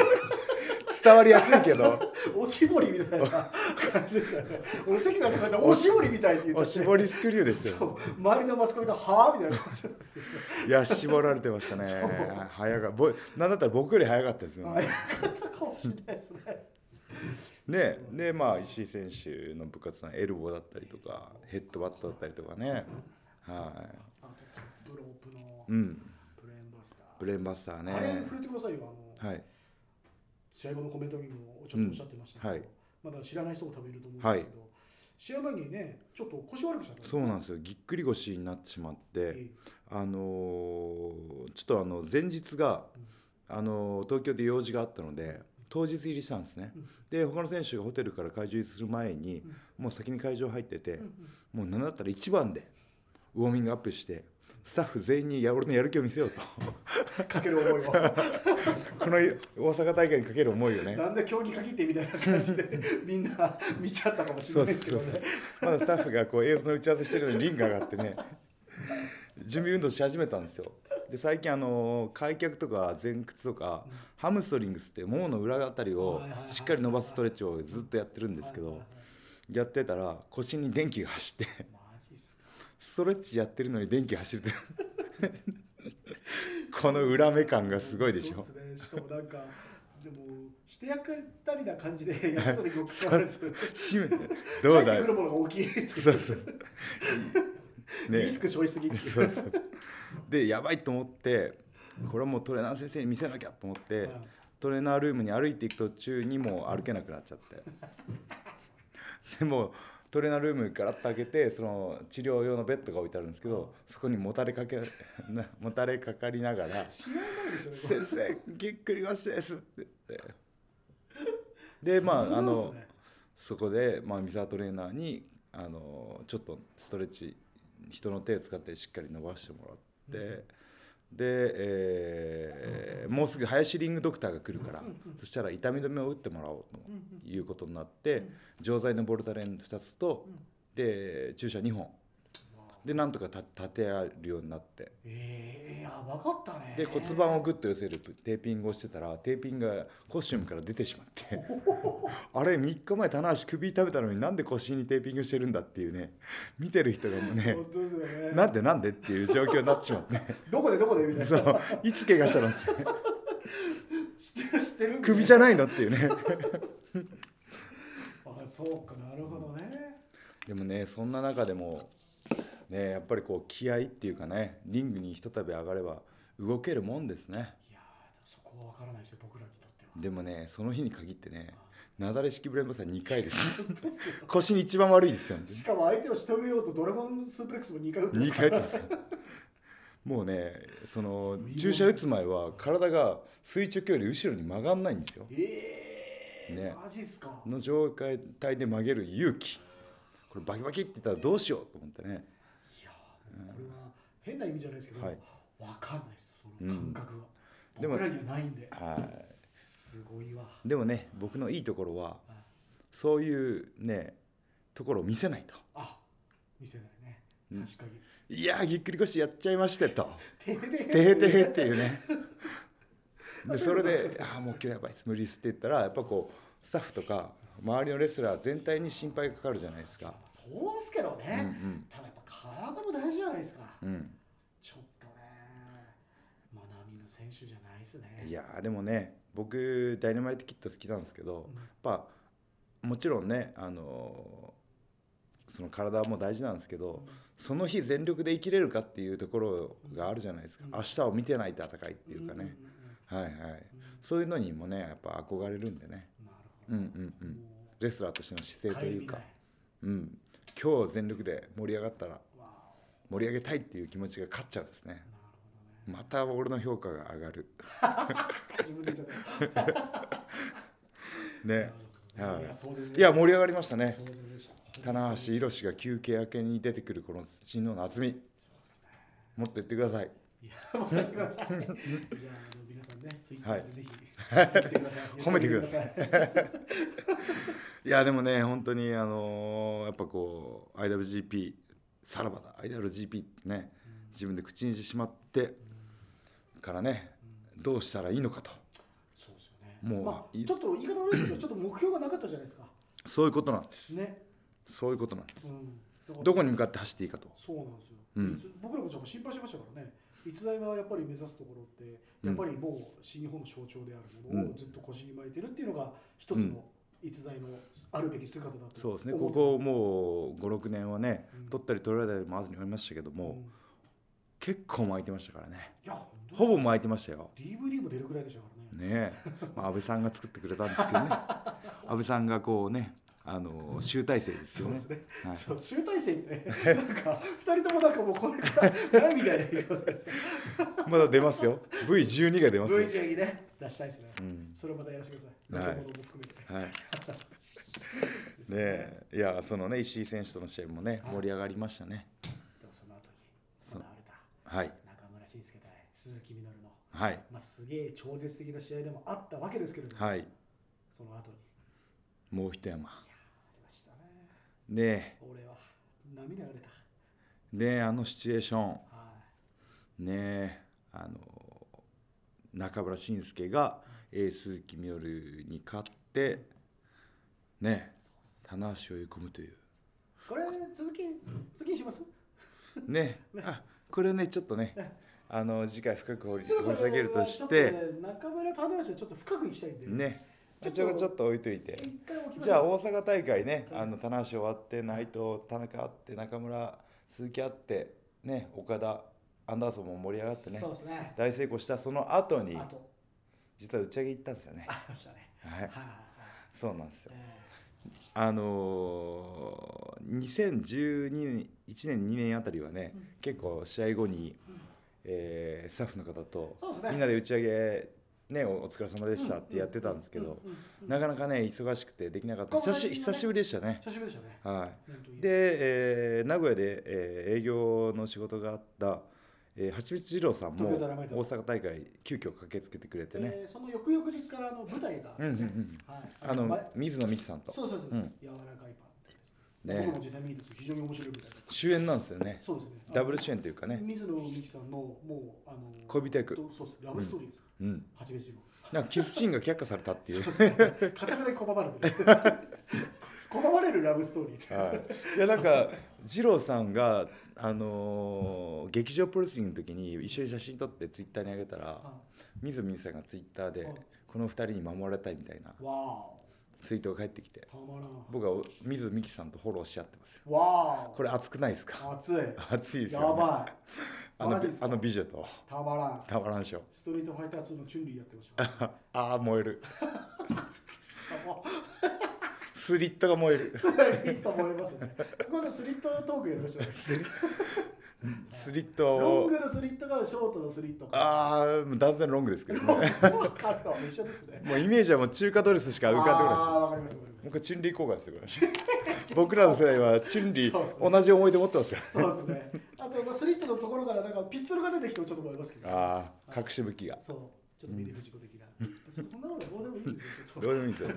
Speaker 1: 伝わりやすいけど
Speaker 2: *laughs* おしぼりみたいな感じでしたね俺関田さんが言ったらおしぼりみたいって言っちゃ
Speaker 1: お
Speaker 2: って
Speaker 1: しぼりスクリューです
Speaker 2: そ
Speaker 1: よ
Speaker 2: う周りのマスコミがはあみたいな感じなんですけ
Speaker 1: いや絞られてましたね
Speaker 2: そう
Speaker 1: 早かぼなんだったら僕より早かったです
Speaker 2: ど
Speaker 1: よ
Speaker 2: 早かったかもしれないですね
Speaker 1: ねでまあ石井選手の部活のエルボーだったりとかヘッドバットだったりとかねは
Speaker 2: あとブロープの
Speaker 1: いうん
Speaker 2: ブレーンバスタ
Speaker 1: ブレーンバスターね
Speaker 2: ーあれ触れてくださいよあの
Speaker 1: はい
Speaker 2: 試合後のコメントにもちょっとおっしゃってましたけ
Speaker 1: うん
Speaker 2: ど
Speaker 1: はい
Speaker 2: まだ知らない人も多分いると思うんですけど試合前にねちょっと腰悪くしちゃった
Speaker 1: そうなんですよぎっくり腰になってしまってあのーちょっとあの前日があの東京で用事があったので当日入りしたんですね、
Speaker 2: うん
Speaker 1: で他の選手がホテルから会場入りする前に、もう先に会場入ってて、もう何だったら1番でウォーミングアップしてスタッフ全員にや俺のやる気を見せようと
Speaker 2: かける思い
Speaker 1: *laughs*
Speaker 2: は
Speaker 1: この大阪大会にかける思いをね
Speaker 2: なんだ競技限ってみたいな感じでみんな見ちゃったかもしれないですけどね。
Speaker 1: まだスタッフがこう映像の打ち合わせしてるのにリング上がってね準備運動し始めたんですよで最近あの開脚とか前屈とかハムストリングスってももの裏あたりをしっかり伸ばすストレッチをずっとやってるんですけ
Speaker 2: はい
Speaker 1: ど
Speaker 2: はい
Speaker 1: やってたら腰に電気が走って
Speaker 2: はいマジっすか。
Speaker 1: ストレッチやってるのに電気走ってる *laughs* この裏目感がすごいでし
Speaker 2: そうっ
Speaker 1: ょ
Speaker 2: すね。しかもなんかでもしてやかったりな感じでやった時も聞かれ
Speaker 1: *laughs*
Speaker 2: る。
Speaker 1: 締めてどうだ
Speaker 2: 帰ってくる
Speaker 1: い
Speaker 2: ものが大きいっていう。
Speaker 1: そうそう *laughs*
Speaker 2: リ *laughs*
Speaker 1: ね
Speaker 2: スク背負いすぎっていう。
Speaker 1: そうそうでやばいと思ってこれはもうトレーナー先生に見せなきゃと思って、
Speaker 2: はい
Speaker 1: トレーナールームに歩いていく途中にもう歩けなくなっちゃってでもトレーナールームガラッと開けてその治療用のベッドが置いてあるんですけどそこにもたれかけなもたれかかりながら
Speaker 2: 試合前ですよね。
Speaker 1: 先生ぎっくり腰ですって言ってでまああのそこで、まあ、三沢トレーナーにあのちょっとストレッチ人の手を使ってしっかり伸ばしてもらって、で、えーもうすぐ林リングドクターが来るから、そしたら痛み止めを打ってもらおうということになって、錠剤のボルタレン2つと、で注射2本でなんとかた立てあるようになって
Speaker 2: ええやばかったね。
Speaker 1: で骨盤をグッと寄せるテーピングをしてたらテーピングがコスチュームから出てしまって *laughs* あれ3日前棚橋首痛めたのになんで腰にテーピングしてるんだっていうね見てる人がもうね
Speaker 2: 本当ですよね。
Speaker 1: なんでなんでっていう状況になってしまって
Speaker 2: どこでどこでみたい
Speaker 1: そ
Speaker 2: な。
Speaker 1: ういつ怪我したのって
Speaker 2: 知ってる知ってる。
Speaker 1: 首じゃないのっていうね
Speaker 2: あそうかなるほどね。
Speaker 1: でもねそんな中でもねやっぱりこう気合っていうかねリングにひとたび上がれば動けるもんですね
Speaker 2: いやーそこはわからないですよ僕らにとっては。
Speaker 1: でもねその日に限ってね雪崩式ブレンバスは2回です
Speaker 2: 本当ですよ。
Speaker 1: 腰に一番悪いですよ
Speaker 2: しかも相手を仕留めようとドラゴンスープレックスも2回打ってま
Speaker 1: 2
Speaker 2: すか
Speaker 1: 回
Speaker 2: ら
Speaker 1: 打ってますから *laughs* もうねその注射打つ前は体が垂直より後ろに曲がんないんですよ
Speaker 2: ええ
Speaker 1: ね
Speaker 2: マジっすか。
Speaker 1: の状態で曲げる勇気これバキバキって言ったらどうしようと思ってね
Speaker 2: いやーこれは変な意味じゃないですけど、
Speaker 1: はい
Speaker 2: わかんないですその感覚
Speaker 1: う
Speaker 2: が、
Speaker 1: んでも
Speaker 2: 僕らにはないんで
Speaker 1: はい
Speaker 2: すごいわ
Speaker 1: でもね僕のいいところはそういうねところを見せないと
Speaker 2: あ見せないね
Speaker 1: うん
Speaker 2: 確かに
Speaker 1: 「いやーぎっくり腰やっちゃいまして」と
Speaker 2: 「てへて
Speaker 1: 「
Speaker 2: へ
Speaker 1: てへてへ」っていう
Speaker 2: *laughs*
Speaker 1: ねでそ
Speaker 2: そうい
Speaker 1: れ
Speaker 2: うこと
Speaker 1: で「ああもう今日やばいです無理です」って言ったらやっぱこうスタッフとか周りのレスラー全体に心配がかかるじゃないですか。
Speaker 2: そうですけど
Speaker 1: うんう
Speaker 2: ね、
Speaker 1: ん
Speaker 2: ただやっぱ体も大事じゃないですか、
Speaker 1: うん
Speaker 2: ちょっとねまなみの選手じゃないですね
Speaker 1: いやーでもね僕ダイナマイトキット好きなんですけど
Speaker 2: うん
Speaker 1: やっぱもちろんねあのーその体も大事なんですけ
Speaker 2: う
Speaker 1: ど
Speaker 2: ん
Speaker 1: その日全力で生きれるかっていうところがあるじゃないですか
Speaker 2: うん
Speaker 1: 明日を見てない戦いっていうかね
Speaker 2: んんうん
Speaker 1: はいはい
Speaker 2: うん
Speaker 1: そういうのにもねやっぱ憧れるんでね
Speaker 2: なるほ
Speaker 1: う
Speaker 2: ど、
Speaker 1: んうんうん
Speaker 2: も
Speaker 1: レスラーとしての姿勢と
Speaker 2: 顧
Speaker 1: いう
Speaker 2: みな
Speaker 1: かうん今日全力で盛り上がったら
Speaker 2: わお
Speaker 1: 盛り上げたいっていう気持ちが勝っちゃうんですね
Speaker 2: なるほどね
Speaker 1: また俺の評価が上がる
Speaker 2: 自分で言っちゃった
Speaker 1: ね
Speaker 2: なるほど
Speaker 1: はい
Speaker 2: ねいやそうですね
Speaker 1: いや盛り上がりましたね
Speaker 2: そうですね
Speaker 1: 棚橋宏が休憩明けに出てくるこの土の厚み
Speaker 2: そうですね
Speaker 1: もっと言ってください
Speaker 2: いや、また来てくだ
Speaker 1: *laughs*
Speaker 2: さい。じゃあ、あの皆さんね、ツイッター
Speaker 1: は
Speaker 2: で
Speaker 1: い
Speaker 2: ぜひ、言ってください
Speaker 1: 褒めてくださ
Speaker 2: い。
Speaker 1: いやでもね本当にあのーやっぱこう IWGP さらばだ IWGP ってね自分で口にしてしまってからねどうしたらいいのかと
Speaker 2: そうですよね。
Speaker 1: もう
Speaker 2: ま
Speaker 1: い
Speaker 2: あ、ちょっと言い方悪いですけど、ちょっと目標がなかったじゃないですか。
Speaker 1: そういうことなんです
Speaker 2: ね。
Speaker 1: そういうことなんです
Speaker 2: うん。だから
Speaker 1: どこに向かって走っていいかと
Speaker 2: そうなんですよ。
Speaker 1: うん
Speaker 2: いつ僕らもちょっと心配しましたからね。逸材がやっぱり目指すところって、やっぱりもう新日本の象徴であるもの
Speaker 1: う
Speaker 2: を
Speaker 1: ん
Speaker 2: ずっと腰に巻いてるっていうのが、一つの逸材のあるべき姿だと思って。
Speaker 1: そうですねここもう56年はね
Speaker 2: うん
Speaker 1: 取ったり取られたりもあるにありましたけど
Speaker 2: うん。
Speaker 1: も結構巻いてましたからね
Speaker 2: いや、本当
Speaker 1: ほぼ巻いてましたよ
Speaker 2: DVD も出るぐらいでしたからね。 *laughs*
Speaker 1: ねえ、まあ、安倍さんが作ってくれたんですけどね安倍さんがこうねあの集大成です
Speaker 2: そ
Speaker 1: よ
Speaker 2: うで
Speaker 1: ね
Speaker 2: すね。
Speaker 1: はい
Speaker 2: そう集大
Speaker 1: *laughs*
Speaker 2: 成ってね、なんか二人ともなんかもうこれからないみたいな言い方
Speaker 1: *laughs*
Speaker 2: です。
Speaker 1: まだ出ますよ V12 が出ますよ
Speaker 2: *laughs* V 順にね出したいですね。
Speaker 1: うん
Speaker 2: それをまたやらせてください。
Speaker 1: はい
Speaker 2: 仲間も含めて。 *laughs*
Speaker 1: はいね
Speaker 2: ですね
Speaker 1: えいやそのね石井選手との試合もね
Speaker 2: はい
Speaker 1: 盛り上がりましたね
Speaker 2: でもその後
Speaker 1: そう
Speaker 2: にまだあれだ
Speaker 1: はい
Speaker 2: 中村慎介対鈴木みのるの
Speaker 1: はい
Speaker 2: まあすげえ超絶的な試合でもあったわけですけれども、
Speaker 1: はい
Speaker 2: その後に
Speaker 1: もう一山
Speaker 2: ありましたね。
Speaker 1: ね
Speaker 2: 俺は涙が出た。
Speaker 1: えねえあのシチュエーション
Speaker 2: はい。
Speaker 1: ねえあの中村慎介がえー鈴木みよるに勝ってねえ
Speaker 2: そうっす
Speaker 1: 棚橋を追い込むという
Speaker 2: これ続き次にします。
Speaker 1: ねあこれねちょっとね
Speaker 2: ね
Speaker 1: あの次回深く掘り
Speaker 2: ちょっと
Speaker 1: 掘り下げるとし
Speaker 2: ちょ
Speaker 1: て
Speaker 2: っとね中村棚橋をちょっと深く行きたいんで。
Speaker 1: ね
Speaker 2: ち
Speaker 1: ち
Speaker 2: ょ
Speaker 1: ょ
Speaker 2: っと
Speaker 1: こちょっと置いといて
Speaker 2: 一回置きましょう。
Speaker 1: じゃあ大阪大会ね
Speaker 2: はい
Speaker 1: あの棚橋終わって内藤田中あって中村鈴木あってね岡田アンダーソンも盛り上がってね
Speaker 2: そうですね。
Speaker 1: 大成功したその後に
Speaker 2: あと、
Speaker 1: 実は打ち上げ行ったんですよね
Speaker 2: ありましたね。
Speaker 1: は
Speaker 2: はい
Speaker 1: いそうなんですよ
Speaker 2: え
Speaker 1: あのー、2012年1年2年あたりはね、
Speaker 2: うん
Speaker 1: 結構試合後に、
Speaker 2: うん
Speaker 1: えースタッフの方と
Speaker 2: そうですね
Speaker 1: みんなで打ち上げ、ね、おお疲れ様
Speaker 2: ー
Speaker 1: でしたってやってたんですけど、
Speaker 2: うううん
Speaker 1: なかなかね忙しくてできなかった
Speaker 2: ここ
Speaker 1: 久
Speaker 2: 最
Speaker 1: し
Speaker 2: 近
Speaker 1: 久
Speaker 2: はね
Speaker 1: しぶりでしたね。
Speaker 2: 久しぶりでしたね。
Speaker 1: はい
Speaker 2: 本当に
Speaker 1: で、えー名古屋で、えー営業の仕事があった、えー、八道二郎さんも
Speaker 2: 東京
Speaker 1: 大
Speaker 2: ダイナマイト
Speaker 1: 阪大会急遽駆けつけてくれてね、
Speaker 2: えーその翌々日からあの舞台が、
Speaker 1: うんうんうん
Speaker 2: はい、
Speaker 1: あ
Speaker 2: ま
Speaker 1: の水野美紀さんと
Speaker 2: そうそうそうそう、
Speaker 1: うん
Speaker 2: 柔らかいパンです、
Speaker 1: ね
Speaker 2: 僕も実際見に行ったんですけど非常に面白い舞台だった
Speaker 1: 主演なんですよね
Speaker 2: そうですね
Speaker 1: ダブル主
Speaker 2: 演
Speaker 1: 演というかね
Speaker 2: 水野美紀さんのもうあの
Speaker 1: 恋人役
Speaker 2: とそうですラブストーリーですか
Speaker 1: うん
Speaker 2: ら、八月郎
Speaker 1: なんかキスシーンが却下されたっていう
Speaker 2: そうそう片手で拒まれてるこ拒まれるラブストーリー
Speaker 1: はい、いやなんか二郎さんが、あのー劇場プロレスリングの時に一緒に写真撮ってツイッターに上げたら
Speaker 2: あ
Speaker 1: 水野美紀さんがツイッターで
Speaker 2: はい
Speaker 1: この2人に守られたいみたいな
Speaker 2: わお
Speaker 1: ツイートが返ってきて
Speaker 2: たまらん
Speaker 1: 僕はお水野美紀さんとフォローし合ってますよ
Speaker 2: わお
Speaker 1: これ熱くないですか
Speaker 2: 熱い
Speaker 1: 熱いですよ、
Speaker 2: や
Speaker 1: ね、
Speaker 2: ばい
Speaker 1: あの
Speaker 2: マジ
Speaker 1: び
Speaker 2: ですか
Speaker 1: あの美女と
Speaker 2: たまらん
Speaker 1: たまらんでしょ
Speaker 2: ストリートファイター2のチュンリーやって
Speaker 1: *laughs*
Speaker 2: ましたあ
Speaker 1: ああ燃える
Speaker 2: も
Speaker 1: スリットが燃える
Speaker 2: うすごいいいと思いますねここでスリットトークやりましょう
Speaker 1: スリスリッ
Speaker 2: ロ
Speaker 1: ト
Speaker 2: ングのスリットかショートのスリットか。
Speaker 1: ああ断然ロングですけど
Speaker 2: もう
Speaker 1: ね
Speaker 2: 彼らは一緒ですね。
Speaker 1: もうイメージはもう中華ドレスしか浮かんでこない
Speaker 2: ああ、わかりますわかりま
Speaker 1: 僕はチュンリー効果ですよこれ
Speaker 2: *laughs*
Speaker 1: 僕らの世代はチュンリ
Speaker 2: そうです
Speaker 1: ー
Speaker 2: ね
Speaker 1: 同じ思い出持ってますから
Speaker 2: す。そうですね。あと、まあ、スリットのところからなんかピストルが出てきてもちょっと思いますけど。
Speaker 1: ああ隠し武器が
Speaker 2: そう。ちょっとミリフジコ的な。そんなことどうでもいいんですよ。ち
Speaker 1: ど
Speaker 2: ょっ
Speaker 1: うでもいいですよ
Speaker 2: と。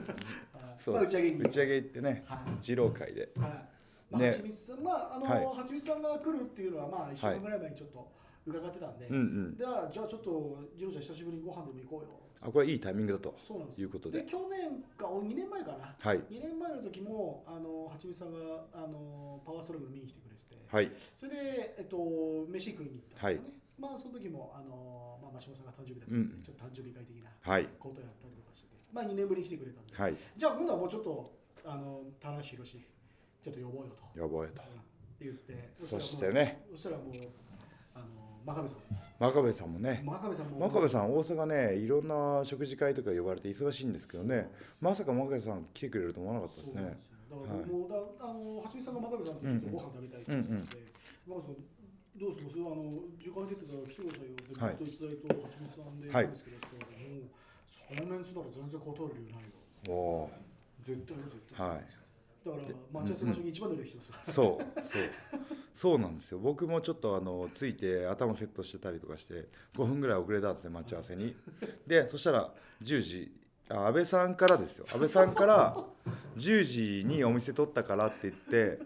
Speaker 2: はい
Speaker 1: そう
Speaker 2: まあ、打ち上げに。
Speaker 1: 打ち上げ行ってね
Speaker 2: は
Speaker 1: 二郎会で
Speaker 2: い。はい。まあ、
Speaker 1: ね
Speaker 2: はちみつさん、まあ、あの、
Speaker 1: はい
Speaker 2: はちみつさんが来るっていうのは、まあ、一週間ぐらい前にちょっと伺ってたんで。
Speaker 1: うんうん
Speaker 2: では、じゃあ、ちょっと、ジロちゃん、久しぶりにご飯でも行こうよ。
Speaker 1: あこれいいタイミングだと
Speaker 2: そうなんです
Speaker 1: いうこと
Speaker 2: よ。
Speaker 1: で
Speaker 2: で、去年か、お二年前かな。
Speaker 1: はい
Speaker 2: 2年前の時もあのはちみつさんがあのパワーストロング見に来てくれてて、
Speaker 1: はい
Speaker 2: それで、えっと、飯食いに行ったんですよね、まあその時もあの、まあ、真下さんが誕生日だったんで、
Speaker 1: うん
Speaker 2: ちょっと誕生日会的な
Speaker 1: はい
Speaker 2: ことをやったりとかしててまあ2年ぶりに来てくれたんで、
Speaker 1: はい
Speaker 2: じゃあ今度はもうちょっとあの田中宏ちょっと呼ぼうよと
Speaker 1: やばいと
Speaker 2: 言って
Speaker 1: そし
Speaker 2: したら
Speaker 1: て
Speaker 2: もう
Speaker 1: ね
Speaker 2: そしたらもうあの真壁さん
Speaker 1: 真壁さんもね
Speaker 2: 真壁さんも
Speaker 1: 真壁さん大阪ねいろんな食事会とか呼ばれて忙しいんですけどねまさか真壁さん来てくれると思わなかったです
Speaker 2: そうなん
Speaker 1: ね
Speaker 2: ですよ。だから僕も、だあの橋見さんが真壁さんとちょっとご飯食べたいって言ってたんで、真壁さんどうするそれはあの受講入ってから来てくださいよって僕
Speaker 1: はい
Speaker 2: と一大と橋見さんでなんですけど、そうもうそのメンツだから全然断る理由ないよ。
Speaker 1: おお
Speaker 2: 絶対よ絶対。
Speaker 1: はい
Speaker 2: だから待ち合わせ場所に一番乗りで来てますから。
Speaker 1: ー
Speaker 2: *laughs*
Speaker 1: そうそうそうなんですよ僕もちょっとあのついて頭セットしてたりとかして5分ぐらい遅れたんですね待ち合わせにでそしたら10時あ安倍さんからですよ安倍さんから10時にお店取ったからって言って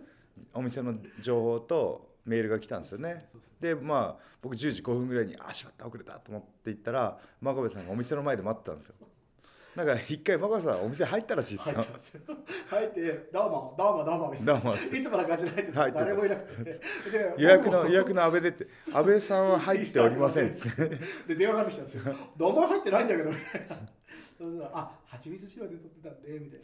Speaker 1: お店の情報とメールが来たんですよね
Speaker 2: そうそう
Speaker 1: でまあ僕10時5分ぐらいに「あしまった遅れた」と思って行ったら真壁さんがお店の前で待ってたんですよなんか一回真壁さんお店入ったらしいです
Speaker 2: 入っ
Speaker 1: よ
Speaker 2: てますよ。入って、どうも、どうも、どうもみたいな。
Speaker 1: どうも
Speaker 2: いつもの感じで入ってて
Speaker 1: 入ってた
Speaker 2: 誰もいなく
Speaker 1: *laughs*
Speaker 2: て。で
Speaker 1: 予約の
Speaker 2: 僕も
Speaker 1: 予約の安倍でって安倍さんは入っておりませんって
Speaker 2: で電話かかってきたんですよ「どうも入ってないんだけど」みたいなそしたら「あ蜂蜜白で撮ってたんで」みたい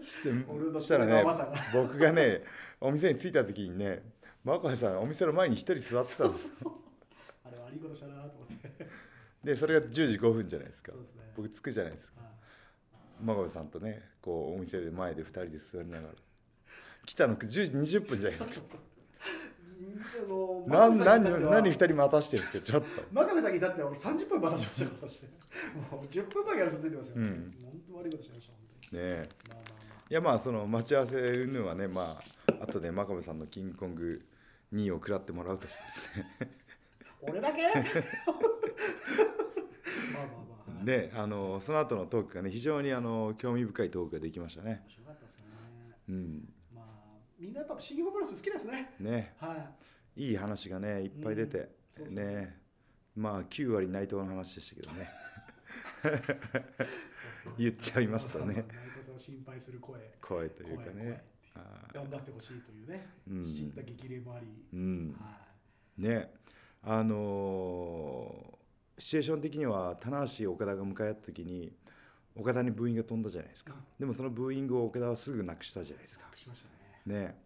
Speaker 2: な
Speaker 1: して
Speaker 2: 俺の
Speaker 1: したら
Speaker 2: 妻
Speaker 1: ね
Speaker 2: のママさんが
Speaker 1: 僕がねお店に着いた時にね真壁さんお店の前に一人座ってた
Speaker 2: そ
Speaker 1: ん
Speaker 2: う
Speaker 1: です
Speaker 2: そうそうそうあれ悪いことしたなと思って
Speaker 1: でそれが10時5分じゃないですか
Speaker 2: そうですね
Speaker 1: 僕着くじゃないですか
Speaker 2: あ
Speaker 1: 真壁さんとねこうお店で前で2人で座りながら来たの10時20分じゃないですか
Speaker 2: そうそうそうあの
Speaker 1: なん
Speaker 2: 真
Speaker 1: 何
Speaker 2: 壁さんに至っ
Speaker 1: 何2人
Speaker 2: ては
Speaker 1: 待たしてるってちょっと
Speaker 2: 真壁さんに至っては俺30分待たしましたからねもう10分前から続いてましたから、
Speaker 1: う
Speaker 2: ね
Speaker 1: ん
Speaker 2: 本当悪いことしました本
Speaker 1: ねえ
Speaker 2: 当にまあまあまあ
Speaker 1: いやまあその待ち合わせ云々はねまああとで真壁さんのキングコング2位を食らってもらうとしてですね *laughs*
Speaker 2: 俺だけまあまあまあ、はい、
Speaker 1: であのその後のトークがね非常にあの興味深いトークができましたね
Speaker 2: 面白かったですね
Speaker 1: うん
Speaker 2: まあみんなやっぱ新日本プロレス好きですね
Speaker 1: ね
Speaker 2: はい
Speaker 1: いい話がねいっぱい出て、
Speaker 2: うんそうそう
Speaker 1: ねまあ9割内藤の話でしたけどね
Speaker 2: そうそう
Speaker 1: 言っちゃいますとね
Speaker 2: *laughs* 内藤さんを心配する声
Speaker 1: 声というか
Speaker 2: 怖い怖い
Speaker 1: ねあー
Speaker 2: 頑張ってほしいというね
Speaker 1: うん
Speaker 2: 知った激励もあり、
Speaker 1: うん
Speaker 2: は
Speaker 1: ねあのーシチュエーション的には棚橋岡田が向かい合った時に岡田にブーイングが飛んだじゃないですか、
Speaker 2: うん
Speaker 1: でもそのブーイングを岡田はすぐなくしたじゃないで
Speaker 2: い
Speaker 1: すか
Speaker 2: 楽しましたね
Speaker 1: ね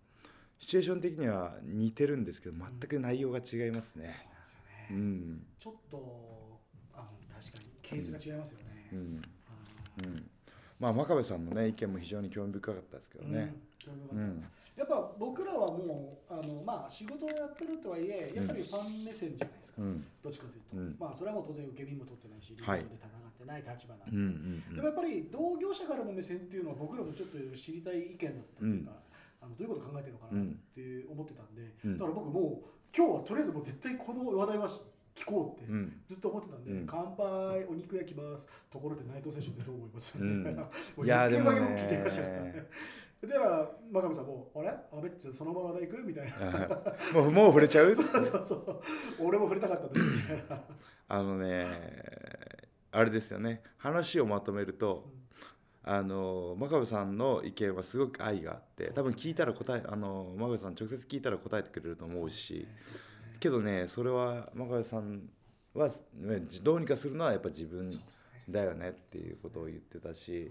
Speaker 1: シチュエーション的には似てるんですけど全く内容が違いますね
Speaker 2: そうなんですよね、
Speaker 1: うん
Speaker 2: ちょっとあの確かにケースが違いますよね、
Speaker 1: う
Speaker 2: はい
Speaker 1: んうんまあ真壁さんのね意見も非常に興味深かったですけどね
Speaker 2: うんそういうの
Speaker 1: う
Speaker 2: が
Speaker 1: ん
Speaker 2: やっぱ僕らはもうあの、まあ、仕事をやってるとはいえやっぱりファン目線じゃないですか、
Speaker 1: うん
Speaker 2: どっちかというと、
Speaker 1: うん
Speaker 2: まあそれはもう当然受け身も取ってないし、
Speaker 1: はい
Speaker 2: リング上で戦ってない立場なんで
Speaker 1: うんうん
Speaker 2: でもやっぱり同業者からの目線っていうのは僕らもちょっと知りたい意見だったっていうか、あのどういうこと考えてるのか
Speaker 1: う
Speaker 2: なっ
Speaker 1: ん
Speaker 2: て思ってたんで、
Speaker 1: うん
Speaker 2: だから僕もう今日はとりあえずもう絶対この話題はし聞こうって
Speaker 1: うん
Speaker 2: ずっと思ってたんで、
Speaker 1: うん
Speaker 2: 乾杯お肉焼きますところで内藤選手ってどう思います、
Speaker 1: うん
Speaker 2: *laughs* もう
Speaker 1: いや
Speaker 2: やつけばい
Speaker 1: でもね
Speaker 2: 聞いちゃいましたからねだから真壁さんも「あれ阿部っちそのまま話題行く?」みたい
Speaker 1: *laughs*
Speaker 2: な
Speaker 1: もうもう触れちゃう
Speaker 2: そうそうそう俺も触れたかったんだ
Speaker 1: *laughs*
Speaker 2: よみたいな、
Speaker 1: あのねあれですよね話をまとめるとあの真壁さんの意見はすごく愛があって多分聞いたら答えあの真壁さん直接聞いたら答えてくれると思うし
Speaker 2: そうですね
Speaker 1: けどねそれは真壁さんはねどうにかするのはやっぱ自分
Speaker 2: そうですね
Speaker 1: だよねっていうことを言ってたし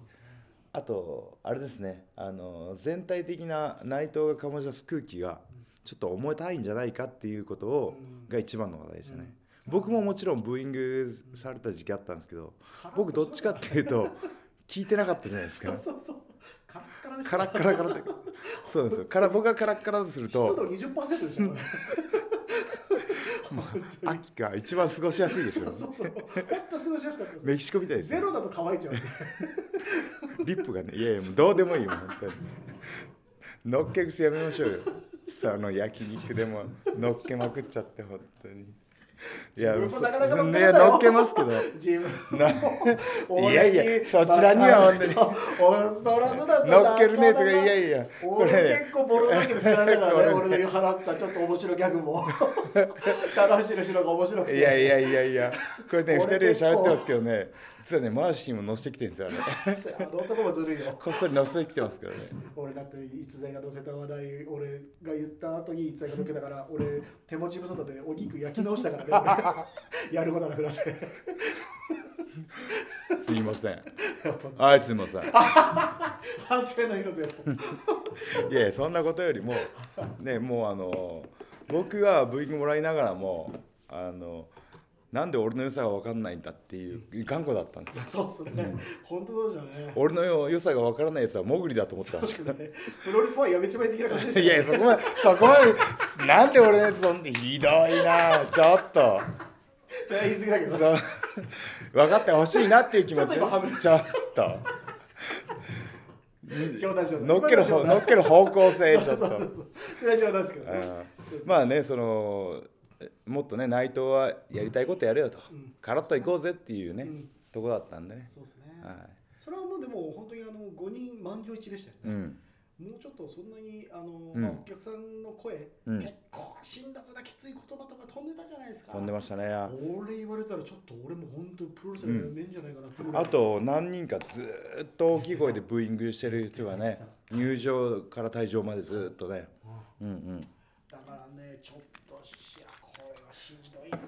Speaker 1: あとあれですねあの全体的な内藤が醸し出す空気がちょっと重たいんじゃないかっていうことを
Speaker 2: うん
Speaker 1: が一番の話題でしたね。
Speaker 2: うん
Speaker 1: 僕ももちろんブーイングされた時期あったんですけど
Speaker 2: カラッと
Speaker 1: 僕どっちかっていうと聞いてなかったじゃないです
Speaker 2: そう
Speaker 1: か
Speaker 2: そうそうカラッカラでし
Speaker 1: カ
Speaker 2: た
Speaker 1: ラッカラカラでそうなんですよから僕がカラッカラだとする
Speaker 2: 湿度
Speaker 1: と
Speaker 2: 20%でしたからね本当に
Speaker 1: 秋が一番過ごしやすいです
Speaker 2: そ
Speaker 1: よ
Speaker 2: うそうそう本当過ごしやすかったです
Speaker 1: メキシコみたいです
Speaker 2: ゼ
Speaker 1: よ
Speaker 2: ロだと乾いちゃうんで
Speaker 1: リップがねいやいやもうどうでもいいよ本当にのっけ癖やめましょうよその焼肉でものっけまくっちゃって本当にいや
Speaker 2: 自分もなかなか
Speaker 1: そ
Speaker 2: 乗っけ
Speaker 1: い
Speaker 2: ないよ
Speaker 1: や乗っけますけど
Speaker 2: 自分
Speaker 1: ないやいやそちらには本当に
Speaker 2: 本当に
Speaker 1: 乗っけるねとかいや
Speaker 2: や
Speaker 1: いやこれ
Speaker 2: 俺
Speaker 1: ね
Speaker 2: 結構ボロだけど捨てられたからね
Speaker 1: これね
Speaker 2: 俺の払ったちょっと面白いギャグ
Speaker 1: *laughs*
Speaker 2: も棚橋の後ろが面白くて
Speaker 1: いやいやいやいや、これね、二
Speaker 2: 俺
Speaker 1: 人で喋ってますけどね、実はね、マーシーも乗せてきてるんですよね。
Speaker 2: あの男もずるいよ
Speaker 1: こっそり乗せてきてますからね。
Speaker 2: 俺だって逸材が乗せた話題俺が言った後に逸材が乗っけたから俺手持ち無沙汰でお肉焼き直したから
Speaker 1: *laughs*
Speaker 2: ね俺やることなくなって
Speaker 1: すいませ
Speaker 2: *laughs*
Speaker 1: ん。はい、すいません。
Speaker 2: 反省の色全部
Speaker 1: いやいや、そんなことよりも、ね、もうあの、僕はブーイングもらいながらも、あの、なんで俺の良さが分かんないんだっていう頑固だったんですよ。
Speaker 2: そうっすね、本当そうじゃね
Speaker 1: 俺の良さが分からないやつはモグリだと思って
Speaker 2: そ
Speaker 1: た
Speaker 2: うんっ
Speaker 1: です
Speaker 2: すねプロレスファンやめちまえ的な感じでした
Speaker 1: いやいやそこまでそこまでなんで俺のやつそんひどいなちょっと
Speaker 2: それは言い過ぎだけど
Speaker 1: そう分かってほしいなっていう気持ち
Speaker 2: ちょっと今はめ
Speaker 1: ちょっと *laughs*
Speaker 2: 冗談冗談
Speaker 1: 乗っける方乗っける方向性ちょっ
Speaker 2: そうそう
Speaker 1: と
Speaker 2: そうそれは冗談ですけど
Speaker 1: う
Speaker 2: ね
Speaker 1: ん
Speaker 2: そうそう
Speaker 1: まあねそのもっとね内藤はやりたいことやるよと
Speaker 2: うん
Speaker 1: カラッと行こうぜっていうね
Speaker 2: うん
Speaker 1: とこだったんでね
Speaker 2: そうですね、
Speaker 1: は
Speaker 2: それはもうでも本当にあの5人満場一致でしたよね
Speaker 1: いうん
Speaker 2: もうちょっとそんなにあの、
Speaker 1: うん
Speaker 2: まあお客さんの声、
Speaker 1: うん
Speaker 2: 結構辛辣なきつい言葉とか飛んでたじゃないですか
Speaker 1: 飛んでましたね
Speaker 2: 俺言われたらちょっと俺も本当プロレスラーやめんじゃないかなってぐらい
Speaker 1: あと何人かずーっと大きい声でブーイングしてる人がね入場から退場までずーっとねうんうん
Speaker 2: だからねちょっとしやこれはしんどいなと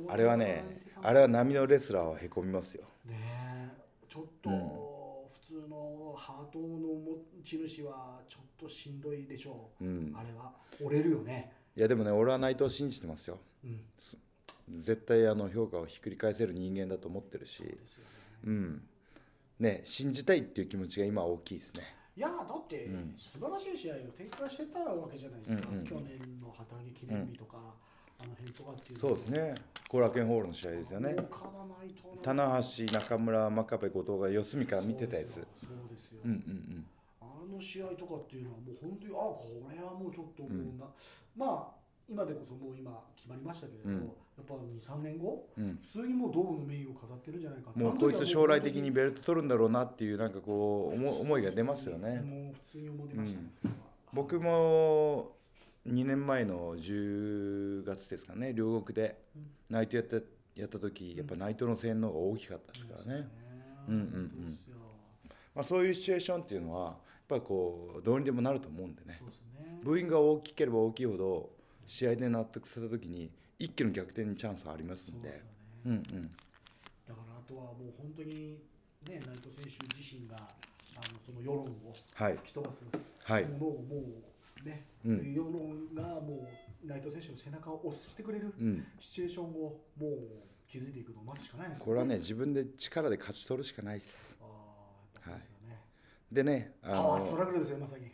Speaker 2: 思って
Speaker 1: あれはねあれは波のレスラーはへこみますよ
Speaker 2: ねえちょっと、
Speaker 1: うん
Speaker 2: 普通のハートの持ち主はちょっとしんどいでしょう、
Speaker 1: うん
Speaker 2: あれは折れるよね、
Speaker 1: いやでもね俺は内藤を信じてますよ
Speaker 2: うん、
Speaker 1: 絶対あの評価をひっくり返せる人間だと思ってるし
Speaker 2: ですよね
Speaker 1: うんね信じたいっていう気持ちが今は大きいですね
Speaker 2: いやだって、素晴らしい試合を展開してたわけじゃないですか、
Speaker 1: うんうんうん
Speaker 2: 去年の旗揚げ記念日とか、あの辺とかっていうの
Speaker 1: そう
Speaker 2: は
Speaker 1: ですね後楽園ホールの試合ですよね
Speaker 2: 豪華だないとな
Speaker 1: 棚橋中村真壁後藤が四隅から見てたやつ
Speaker 2: そうですよ、
Speaker 1: うんうん
Speaker 2: あの試合とかっていうのはもう本当にあこれはもうちょっともうな、まあ今でこそもう今決まりましたけれど、
Speaker 1: うん
Speaker 2: やっぱ23年後
Speaker 1: うんうん
Speaker 2: 普通にもうドームのメインを飾ってるんじゃないかって
Speaker 1: もうこいつ将来的に
Speaker 2: あ
Speaker 1: ベルト取るんだろうなっていうなんかこう
Speaker 2: の時は
Speaker 1: 思
Speaker 2: もう
Speaker 1: 思いが出ますよね
Speaker 2: もう普通に思ってましたね、それは
Speaker 1: 僕も2年前の10月ですかね両国で
Speaker 2: うん
Speaker 1: ナイトやったやった時やっぱナイトの声援の方が大きかったですからね、うんうんうん
Speaker 2: そうですよ
Speaker 1: まあ、そういうシチュエーションっていうのはやっぱりこうどうにでもなると思うんでね
Speaker 2: そうですね
Speaker 1: ブーイングが大きければ大きいほど試合で納得させた時に一気の逆転にチャンスはあります
Speaker 2: そ
Speaker 1: ん
Speaker 2: う
Speaker 1: で
Speaker 2: ですよね
Speaker 1: うんうん
Speaker 2: だからあとはもう本当にね内藤選手自身があのその世論を
Speaker 1: はい
Speaker 2: 吹き飛ばす
Speaker 1: はい
Speaker 2: ものをもうね、
Speaker 1: うん
Speaker 2: 世論がもう内藤選手の背中を押してくれる
Speaker 1: うん
Speaker 2: シチュエーションをもう築いていくのを待つしかないですよ
Speaker 1: これはね自分で力で勝ち取るしかないです
Speaker 2: ああやっぱそうですよね、
Speaker 1: でねあ
Speaker 2: パワースト
Speaker 1: の
Speaker 2: ラグルですよまさに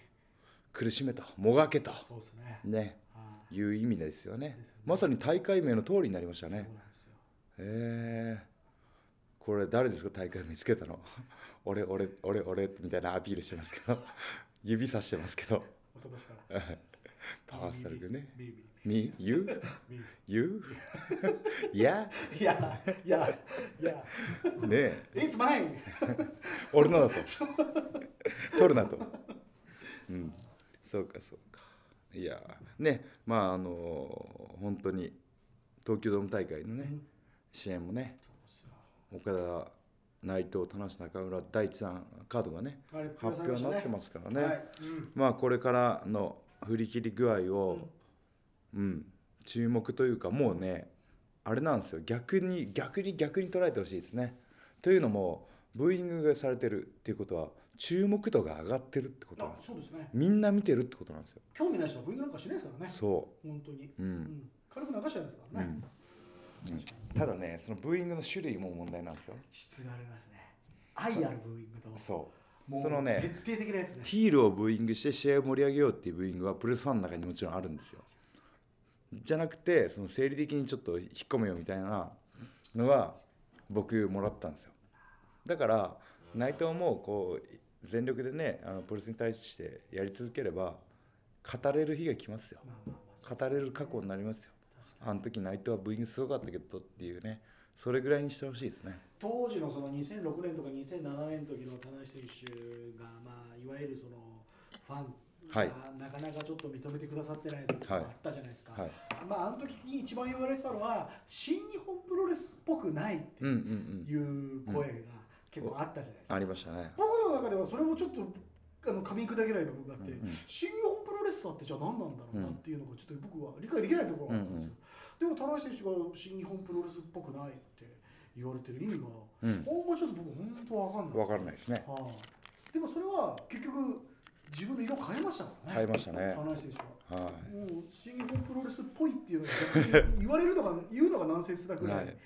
Speaker 1: 苦しめともがけと
Speaker 2: そうですね
Speaker 1: ね
Speaker 2: は
Speaker 1: いう意味ですよね
Speaker 2: ですよね
Speaker 1: まさに大会名の通りになりまし
Speaker 2: い
Speaker 1: た
Speaker 2: そうな
Speaker 1: ね
Speaker 2: んですよ
Speaker 1: へえこれ誰ですか大会見つけ *laughs* たの俺俺俺俺みたいなアピールしてますけど指さしてますけど
Speaker 2: おととしから。
Speaker 1: パワースタルクね。
Speaker 2: ビリビ
Speaker 1: に、you, *laughs*
Speaker 2: リビリ
Speaker 1: you, yeah,
Speaker 2: いや、いや、いや、
Speaker 1: ねえ
Speaker 2: It's mine!
Speaker 1: 俺のだと取るな *laughs* とうんそうかそうかいやーねまああのー本当に東京ドーム大会のね支援もね岡田内藤田無中村大地さんカードがね
Speaker 2: あれ
Speaker 1: 発表になってますからね
Speaker 2: はいうん
Speaker 1: まあこれからの振り切り具合をうん、注目というかもうねあれなんですよ逆に逆に逆に捉えてほしいですね。というのもブーイングがされてるっていうことは注目度が上がってるってことなん
Speaker 2: あ
Speaker 1: です
Speaker 2: そうですね。
Speaker 1: みんな見てるってことなんですよ。
Speaker 2: 興味ない人は V なんかしないですからね。
Speaker 1: そ
Speaker 2: 本当に。
Speaker 1: う、う
Speaker 2: うんん。軽く流しちゃいますからね。
Speaker 1: ただねそのブーイングの種類も問題なんですよ。
Speaker 2: 質がありますね。愛あるブーイングと、
Speaker 1: そう
Speaker 2: もう
Speaker 1: そのね
Speaker 2: 徹底的なやつね。
Speaker 1: ヒールをブーイングして試合を盛り上げようっていうブーイングはプロレスファンの中にもちろんあるんですよじゃなくてその生理的にちょっと引っ込めようみたいなのは僕もらったんですよだから内藤もこう全力でねあのプロレスに対してやり続ければ語れる日が来ますよ
Speaker 2: まあまあまあ
Speaker 1: 語れる過去になりますよ
Speaker 2: 確かに
Speaker 1: あの時内藤はブーイングすごかったけどっていうねそれぐらいにしてほしいですね
Speaker 2: 当時のその2006年とか2007年の時の田中選手が、まあ、いわゆるそのファンが
Speaker 1: はい
Speaker 2: なかなかちょっと認めてくださってない時もあったじゃないですか、
Speaker 1: はい
Speaker 2: まあ、あの時に一番言われてたのは新日本プロレスっぽくないっ
Speaker 1: うんうんうん
Speaker 2: ていう声が結構あったじゃないですか、
Speaker 1: ありましたね
Speaker 2: 僕の中ではそれもちょっとあの噛み砕けない部分があって、
Speaker 1: うんうん
Speaker 2: 新日本プロレスラーってじゃあ何なんだろうなっていうのがちょっと僕は理解できないところがあったんですよ、でも田中選手が新日本プロレスっぽくないって言われてる意味が、
Speaker 1: うん
Speaker 2: ほんまちょっと僕本当わかんな
Speaker 1: 分からない
Speaker 2: い
Speaker 1: ですね
Speaker 2: はいでもそれは結局自分の色変えましたからね
Speaker 1: 変えましたね
Speaker 2: 田中選手は
Speaker 1: は
Speaker 2: もう新日本プロレスっぽいっていうのが
Speaker 1: *laughs*
Speaker 2: 逆に言われるのが言うのがナンセンスだぐら
Speaker 1: はいい
Speaker 2: 変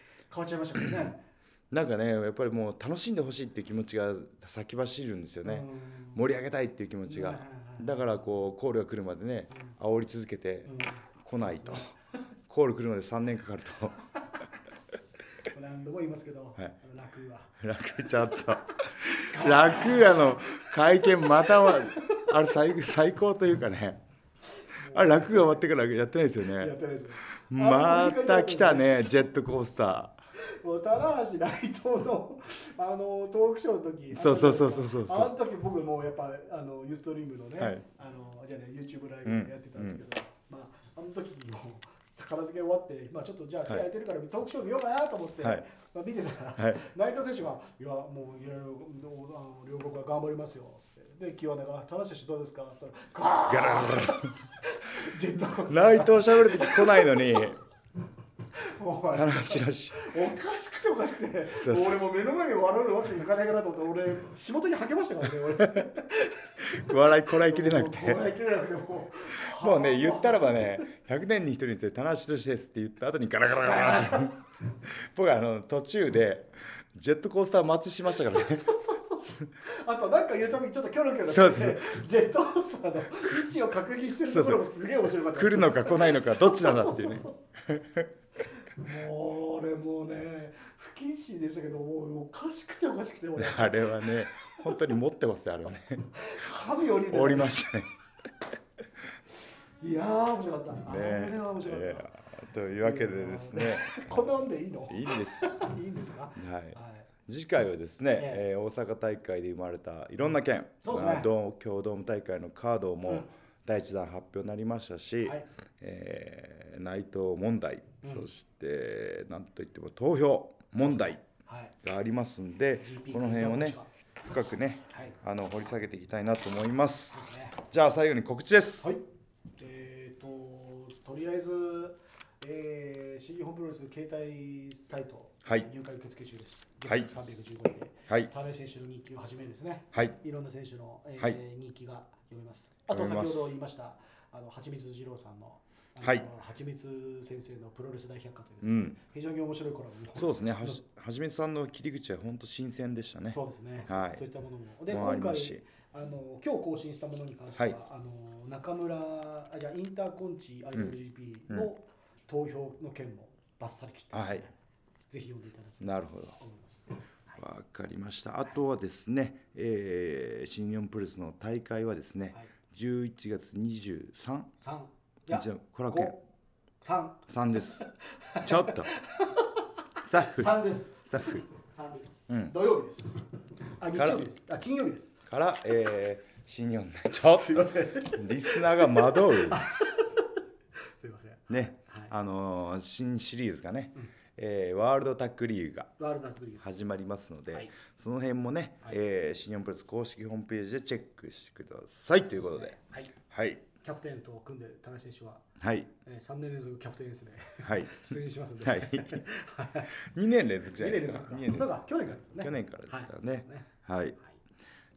Speaker 2: わっちゃいましたけどね
Speaker 1: なんかねやっぱりもう楽しんでほしいっていう気持ちが先走るんですよね、
Speaker 2: うん
Speaker 1: 盛り上げたいっていう気持ち
Speaker 2: はい
Speaker 1: が
Speaker 2: はい、はい
Speaker 1: だからこうコールが来るまでね煽り続けて
Speaker 2: うん
Speaker 1: 来ないと、コール来るまで3年かかる
Speaker 2: 何度も言いますけど、
Speaker 1: はい
Speaker 2: あの楽は
Speaker 1: と楽ちゃった楽屋の会見またはあれ最最高というかねあれ楽が終わってからやってないですよ
Speaker 2: やっ
Speaker 1: ね
Speaker 2: てないですよ
Speaker 1: また来たねジェットコースタ
Speaker 2: もう棚橋内藤のあのトークショーの時
Speaker 1: そうそうそうそうそう
Speaker 2: あの時僕もうやっぱあのユーストリームのね、
Speaker 1: はい
Speaker 2: あのじゃあね YouTube ライブやってたんですけど、まああの時にも片付け終わって、まあ、ちょっとじゃあ手空いてるからトークショー見ようかなと思って、
Speaker 1: はい
Speaker 2: まあ、見てたら、
Speaker 1: ーはい
Speaker 2: 内藤選手が「いやもういろいろあの両国は頑張りますよ」ってで清田が「田中選手どうですか?」そしたら「ガー
Speaker 1: ガラガラ
Speaker 2: ジェットコースタ
Speaker 1: 内
Speaker 2: ー
Speaker 1: 藤喋る時来ないのに
Speaker 2: もうあれ
Speaker 1: 話らしい
Speaker 2: おかしくておかしくて
Speaker 1: そうそう
Speaker 2: 俺もう目の前に笑うわけにいかないかなと思って俺仕事にはけましたからね俺
Speaker 1: 笑いこらえきれなくて
Speaker 2: もう笑いきれなくてもう
Speaker 1: もうね言ったらばね100年に一人について棚橋としですって言った後にガラガラガラガラって僕あの途中でジェットコースター待ちしましたからね
Speaker 2: そうそうそうそうあとなんか言うたびにちょっとキョロキョロ
Speaker 1: そう
Speaker 2: し
Speaker 1: そう
Speaker 2: てジェットコースターの位置を確認してるところもすげえ面白かった
Speaker 1: 来るのか来ないのかどっちなんだっていうね
Speaker 2: そうそうそうそうもう俺もうね不謹慎でしたけどもうおかしくておかしくて俺
Speaker 1: あれはね本当に持ってますよあ
Speaker 2: *laughs*
Speaker 1: れはね
Speaker 2: 神降りて
Speaker 1: おりましたね
Speaker 2: いやー面白かった、あれ
Speaker 1: ね
Speaker 2: は面白か
Speaker 1: え
Speaker 2: った
Speaker 1: ーというわけでですね
Speaker 2: こんなもんでいいの
Speaker 1: いいんです
Speaker 2: *laughs* いいんです
Speaker 1: *laughs*
Speaker 2: か
Speaker 1: はい
Speaker 2: はい
Speaker 1: 次回はですね、
Speaker 2: え
Speaker 1: えー大阪大会で生まれたいろんな県、
Speaker 2: そうですね
Speaker 1: まあ同京ドーム大会のカード
Speaker 2: う
Speaker 1: も
Speaker 2: ん
Speaker 1: 第一弾発表になりましたし、
Speaker 2: はい
Speaker 1: えー内藤問題、
Speaker 2: うん
Speaker 1: そして何といっても投票問題
Speaker 2: はい。
Speaker 1: がありますんで
Speaker 2: GP
Speaker 1: この辺をね
Speaker 2: は
Speaker 1: 深くね
Speaker 2: い。
Speaker 1: あの掘り下げていきたいなと思います
Speaker 2: そうですね。
Speaker 1: じゃあ最後に告知です、
Speaker 2: はい。えっ、ととりあえず、えー、新日本プロレス携帯サイト、
Speaker 1: はい
Speaker 2: 入会受付中です。
Speaker 1: はい
Speaker 2: 三百十五で。
Speaker 1: はい
Speaker 2: 田辺選手の日記をはじめですね。
Speaker 1: はい
Speaker 2: いろんな選手の、えー
Speaker 1: はい
Speaker 2: 日記が読めます。あと
Speaker 1: 読
Speaker 2: 先
Speaker 1: め
Speaker 2: ほ
Speaker 1: ます
Speaker 2: ど言いましたあの蜂蜜二郎さんの。あの
Speaker 1: はい
Speaker 2: 蜂蜜先生のプロレス大百科というです
Speaker 1: う
Speaker 2: ね、
Speaker 1: ん
Speaker 2: 非常に面白いコラムも
Speaker 1: そうですねはしはじめさんの切り口は本当新鮮でしたね
Speaker 2: そうですね、
Speaker 1: はい
Speaker 2: そういったものも。で、
Speaker 1: もうあ
Speaker 2: 今
Speaker 1: り
Speaker 2: 回
Speaker 1: ますし、
Speaker 2: あの今日更新したものに関しては、
Speaker 1: はい
Speaker 2: あの中村、あいや、インターコンチ IWGP の投票の件もバッサリ切ったので、
Speaker 1: はい
Speaker 2: ぜひ読んでいただきたい
Speaker 1: なるほど
Speaker 2: と思います。
Speaker 1: わかりましたあとはですね、えー、新日本プロレスの大会はですね、
Speaker 2: はい
Speaker 1: 11月 23?
Speaker 2: 三いや
Speaker 1: 日のコラケ
Speaker 2: 五三
Speaker 1: 3です *laughs* ちょっとスタッフス
Speaker 2: 三です
Speaker 1: タッフ
Speaker 2: 三です
Speaker 1: うん
Speaker 2: 土曜日ですあ日曜日ですあ金曜日です
Speaker 1: から、えー、新日本のちょっ
Speaker 2: すいません
Speaker 1: とリスナーが惑う
Speaker 2: すいません
Speaker 1: ね、
Speaker 2: はい
Speaker 1: あのー新シリーズがね、
Speaker 2: うん
Speaker 1: えーワールドタックリーグが
Speaker 2: ワールドカップです
Speaker 1: 始まりますので、
Speaker 2: はい
Speaker 1: その辺もね、
Speaker 2: はい
Speaker 1: えー新日本プロレス公式ホームページでチェックしてくださいということで、
Speaker 2: はい
Speaker 1: はい
Speaker 2: キャプテンと組んで田中選手は
Speaker 1: はい
Speaker 2: えー三年連続キャプテン
Speaker 1: *laughs*
Speaker 2: ですね
Speaker 1: はい
Speaker 2: 出場しますんで
Speaker 1: はい2年連続じゃ
Speaker 2: 二
Speaker 1: ないで
Speaker 2: 年
Speaker 1: す
Speaker 2: 連続
Speaker 1: か
Speaker 2: か
Speaker 1: 二年連
Speaker 2: そう
Speaker 1: 続
Speaker 2: か去年からね
Speaker 1: 去年からですからね
Speaker 2: はいそうです
Speaker 1: はい
Speaker 2: はい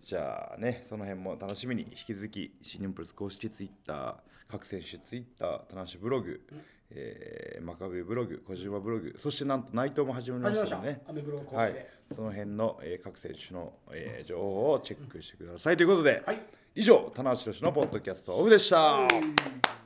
Speaker 1: じゃあねその辺も楽しみに引き続き新日本プロレス公式ツイッター各選手ツイッター田中ブログ、えー、マカベブログ小島ブログそしてなんと内藤も始めま
Speaker 2: 始めま
Speaker 1: し
Speaker 2: した
Speaker 1: のでね
Speaker 2: たアメブロ公
Speaker 1: は
Speaker 2: 式
Speaker 1: い
Speaker 2: で、
Speaker 1: その辺の、えー各選手の、えー情報をチェックしてください、ということで、
Speaker 2: はい
Speaker 1: 以上、棚橋宏のポッドキャストオフでした。
Speaker 2: はい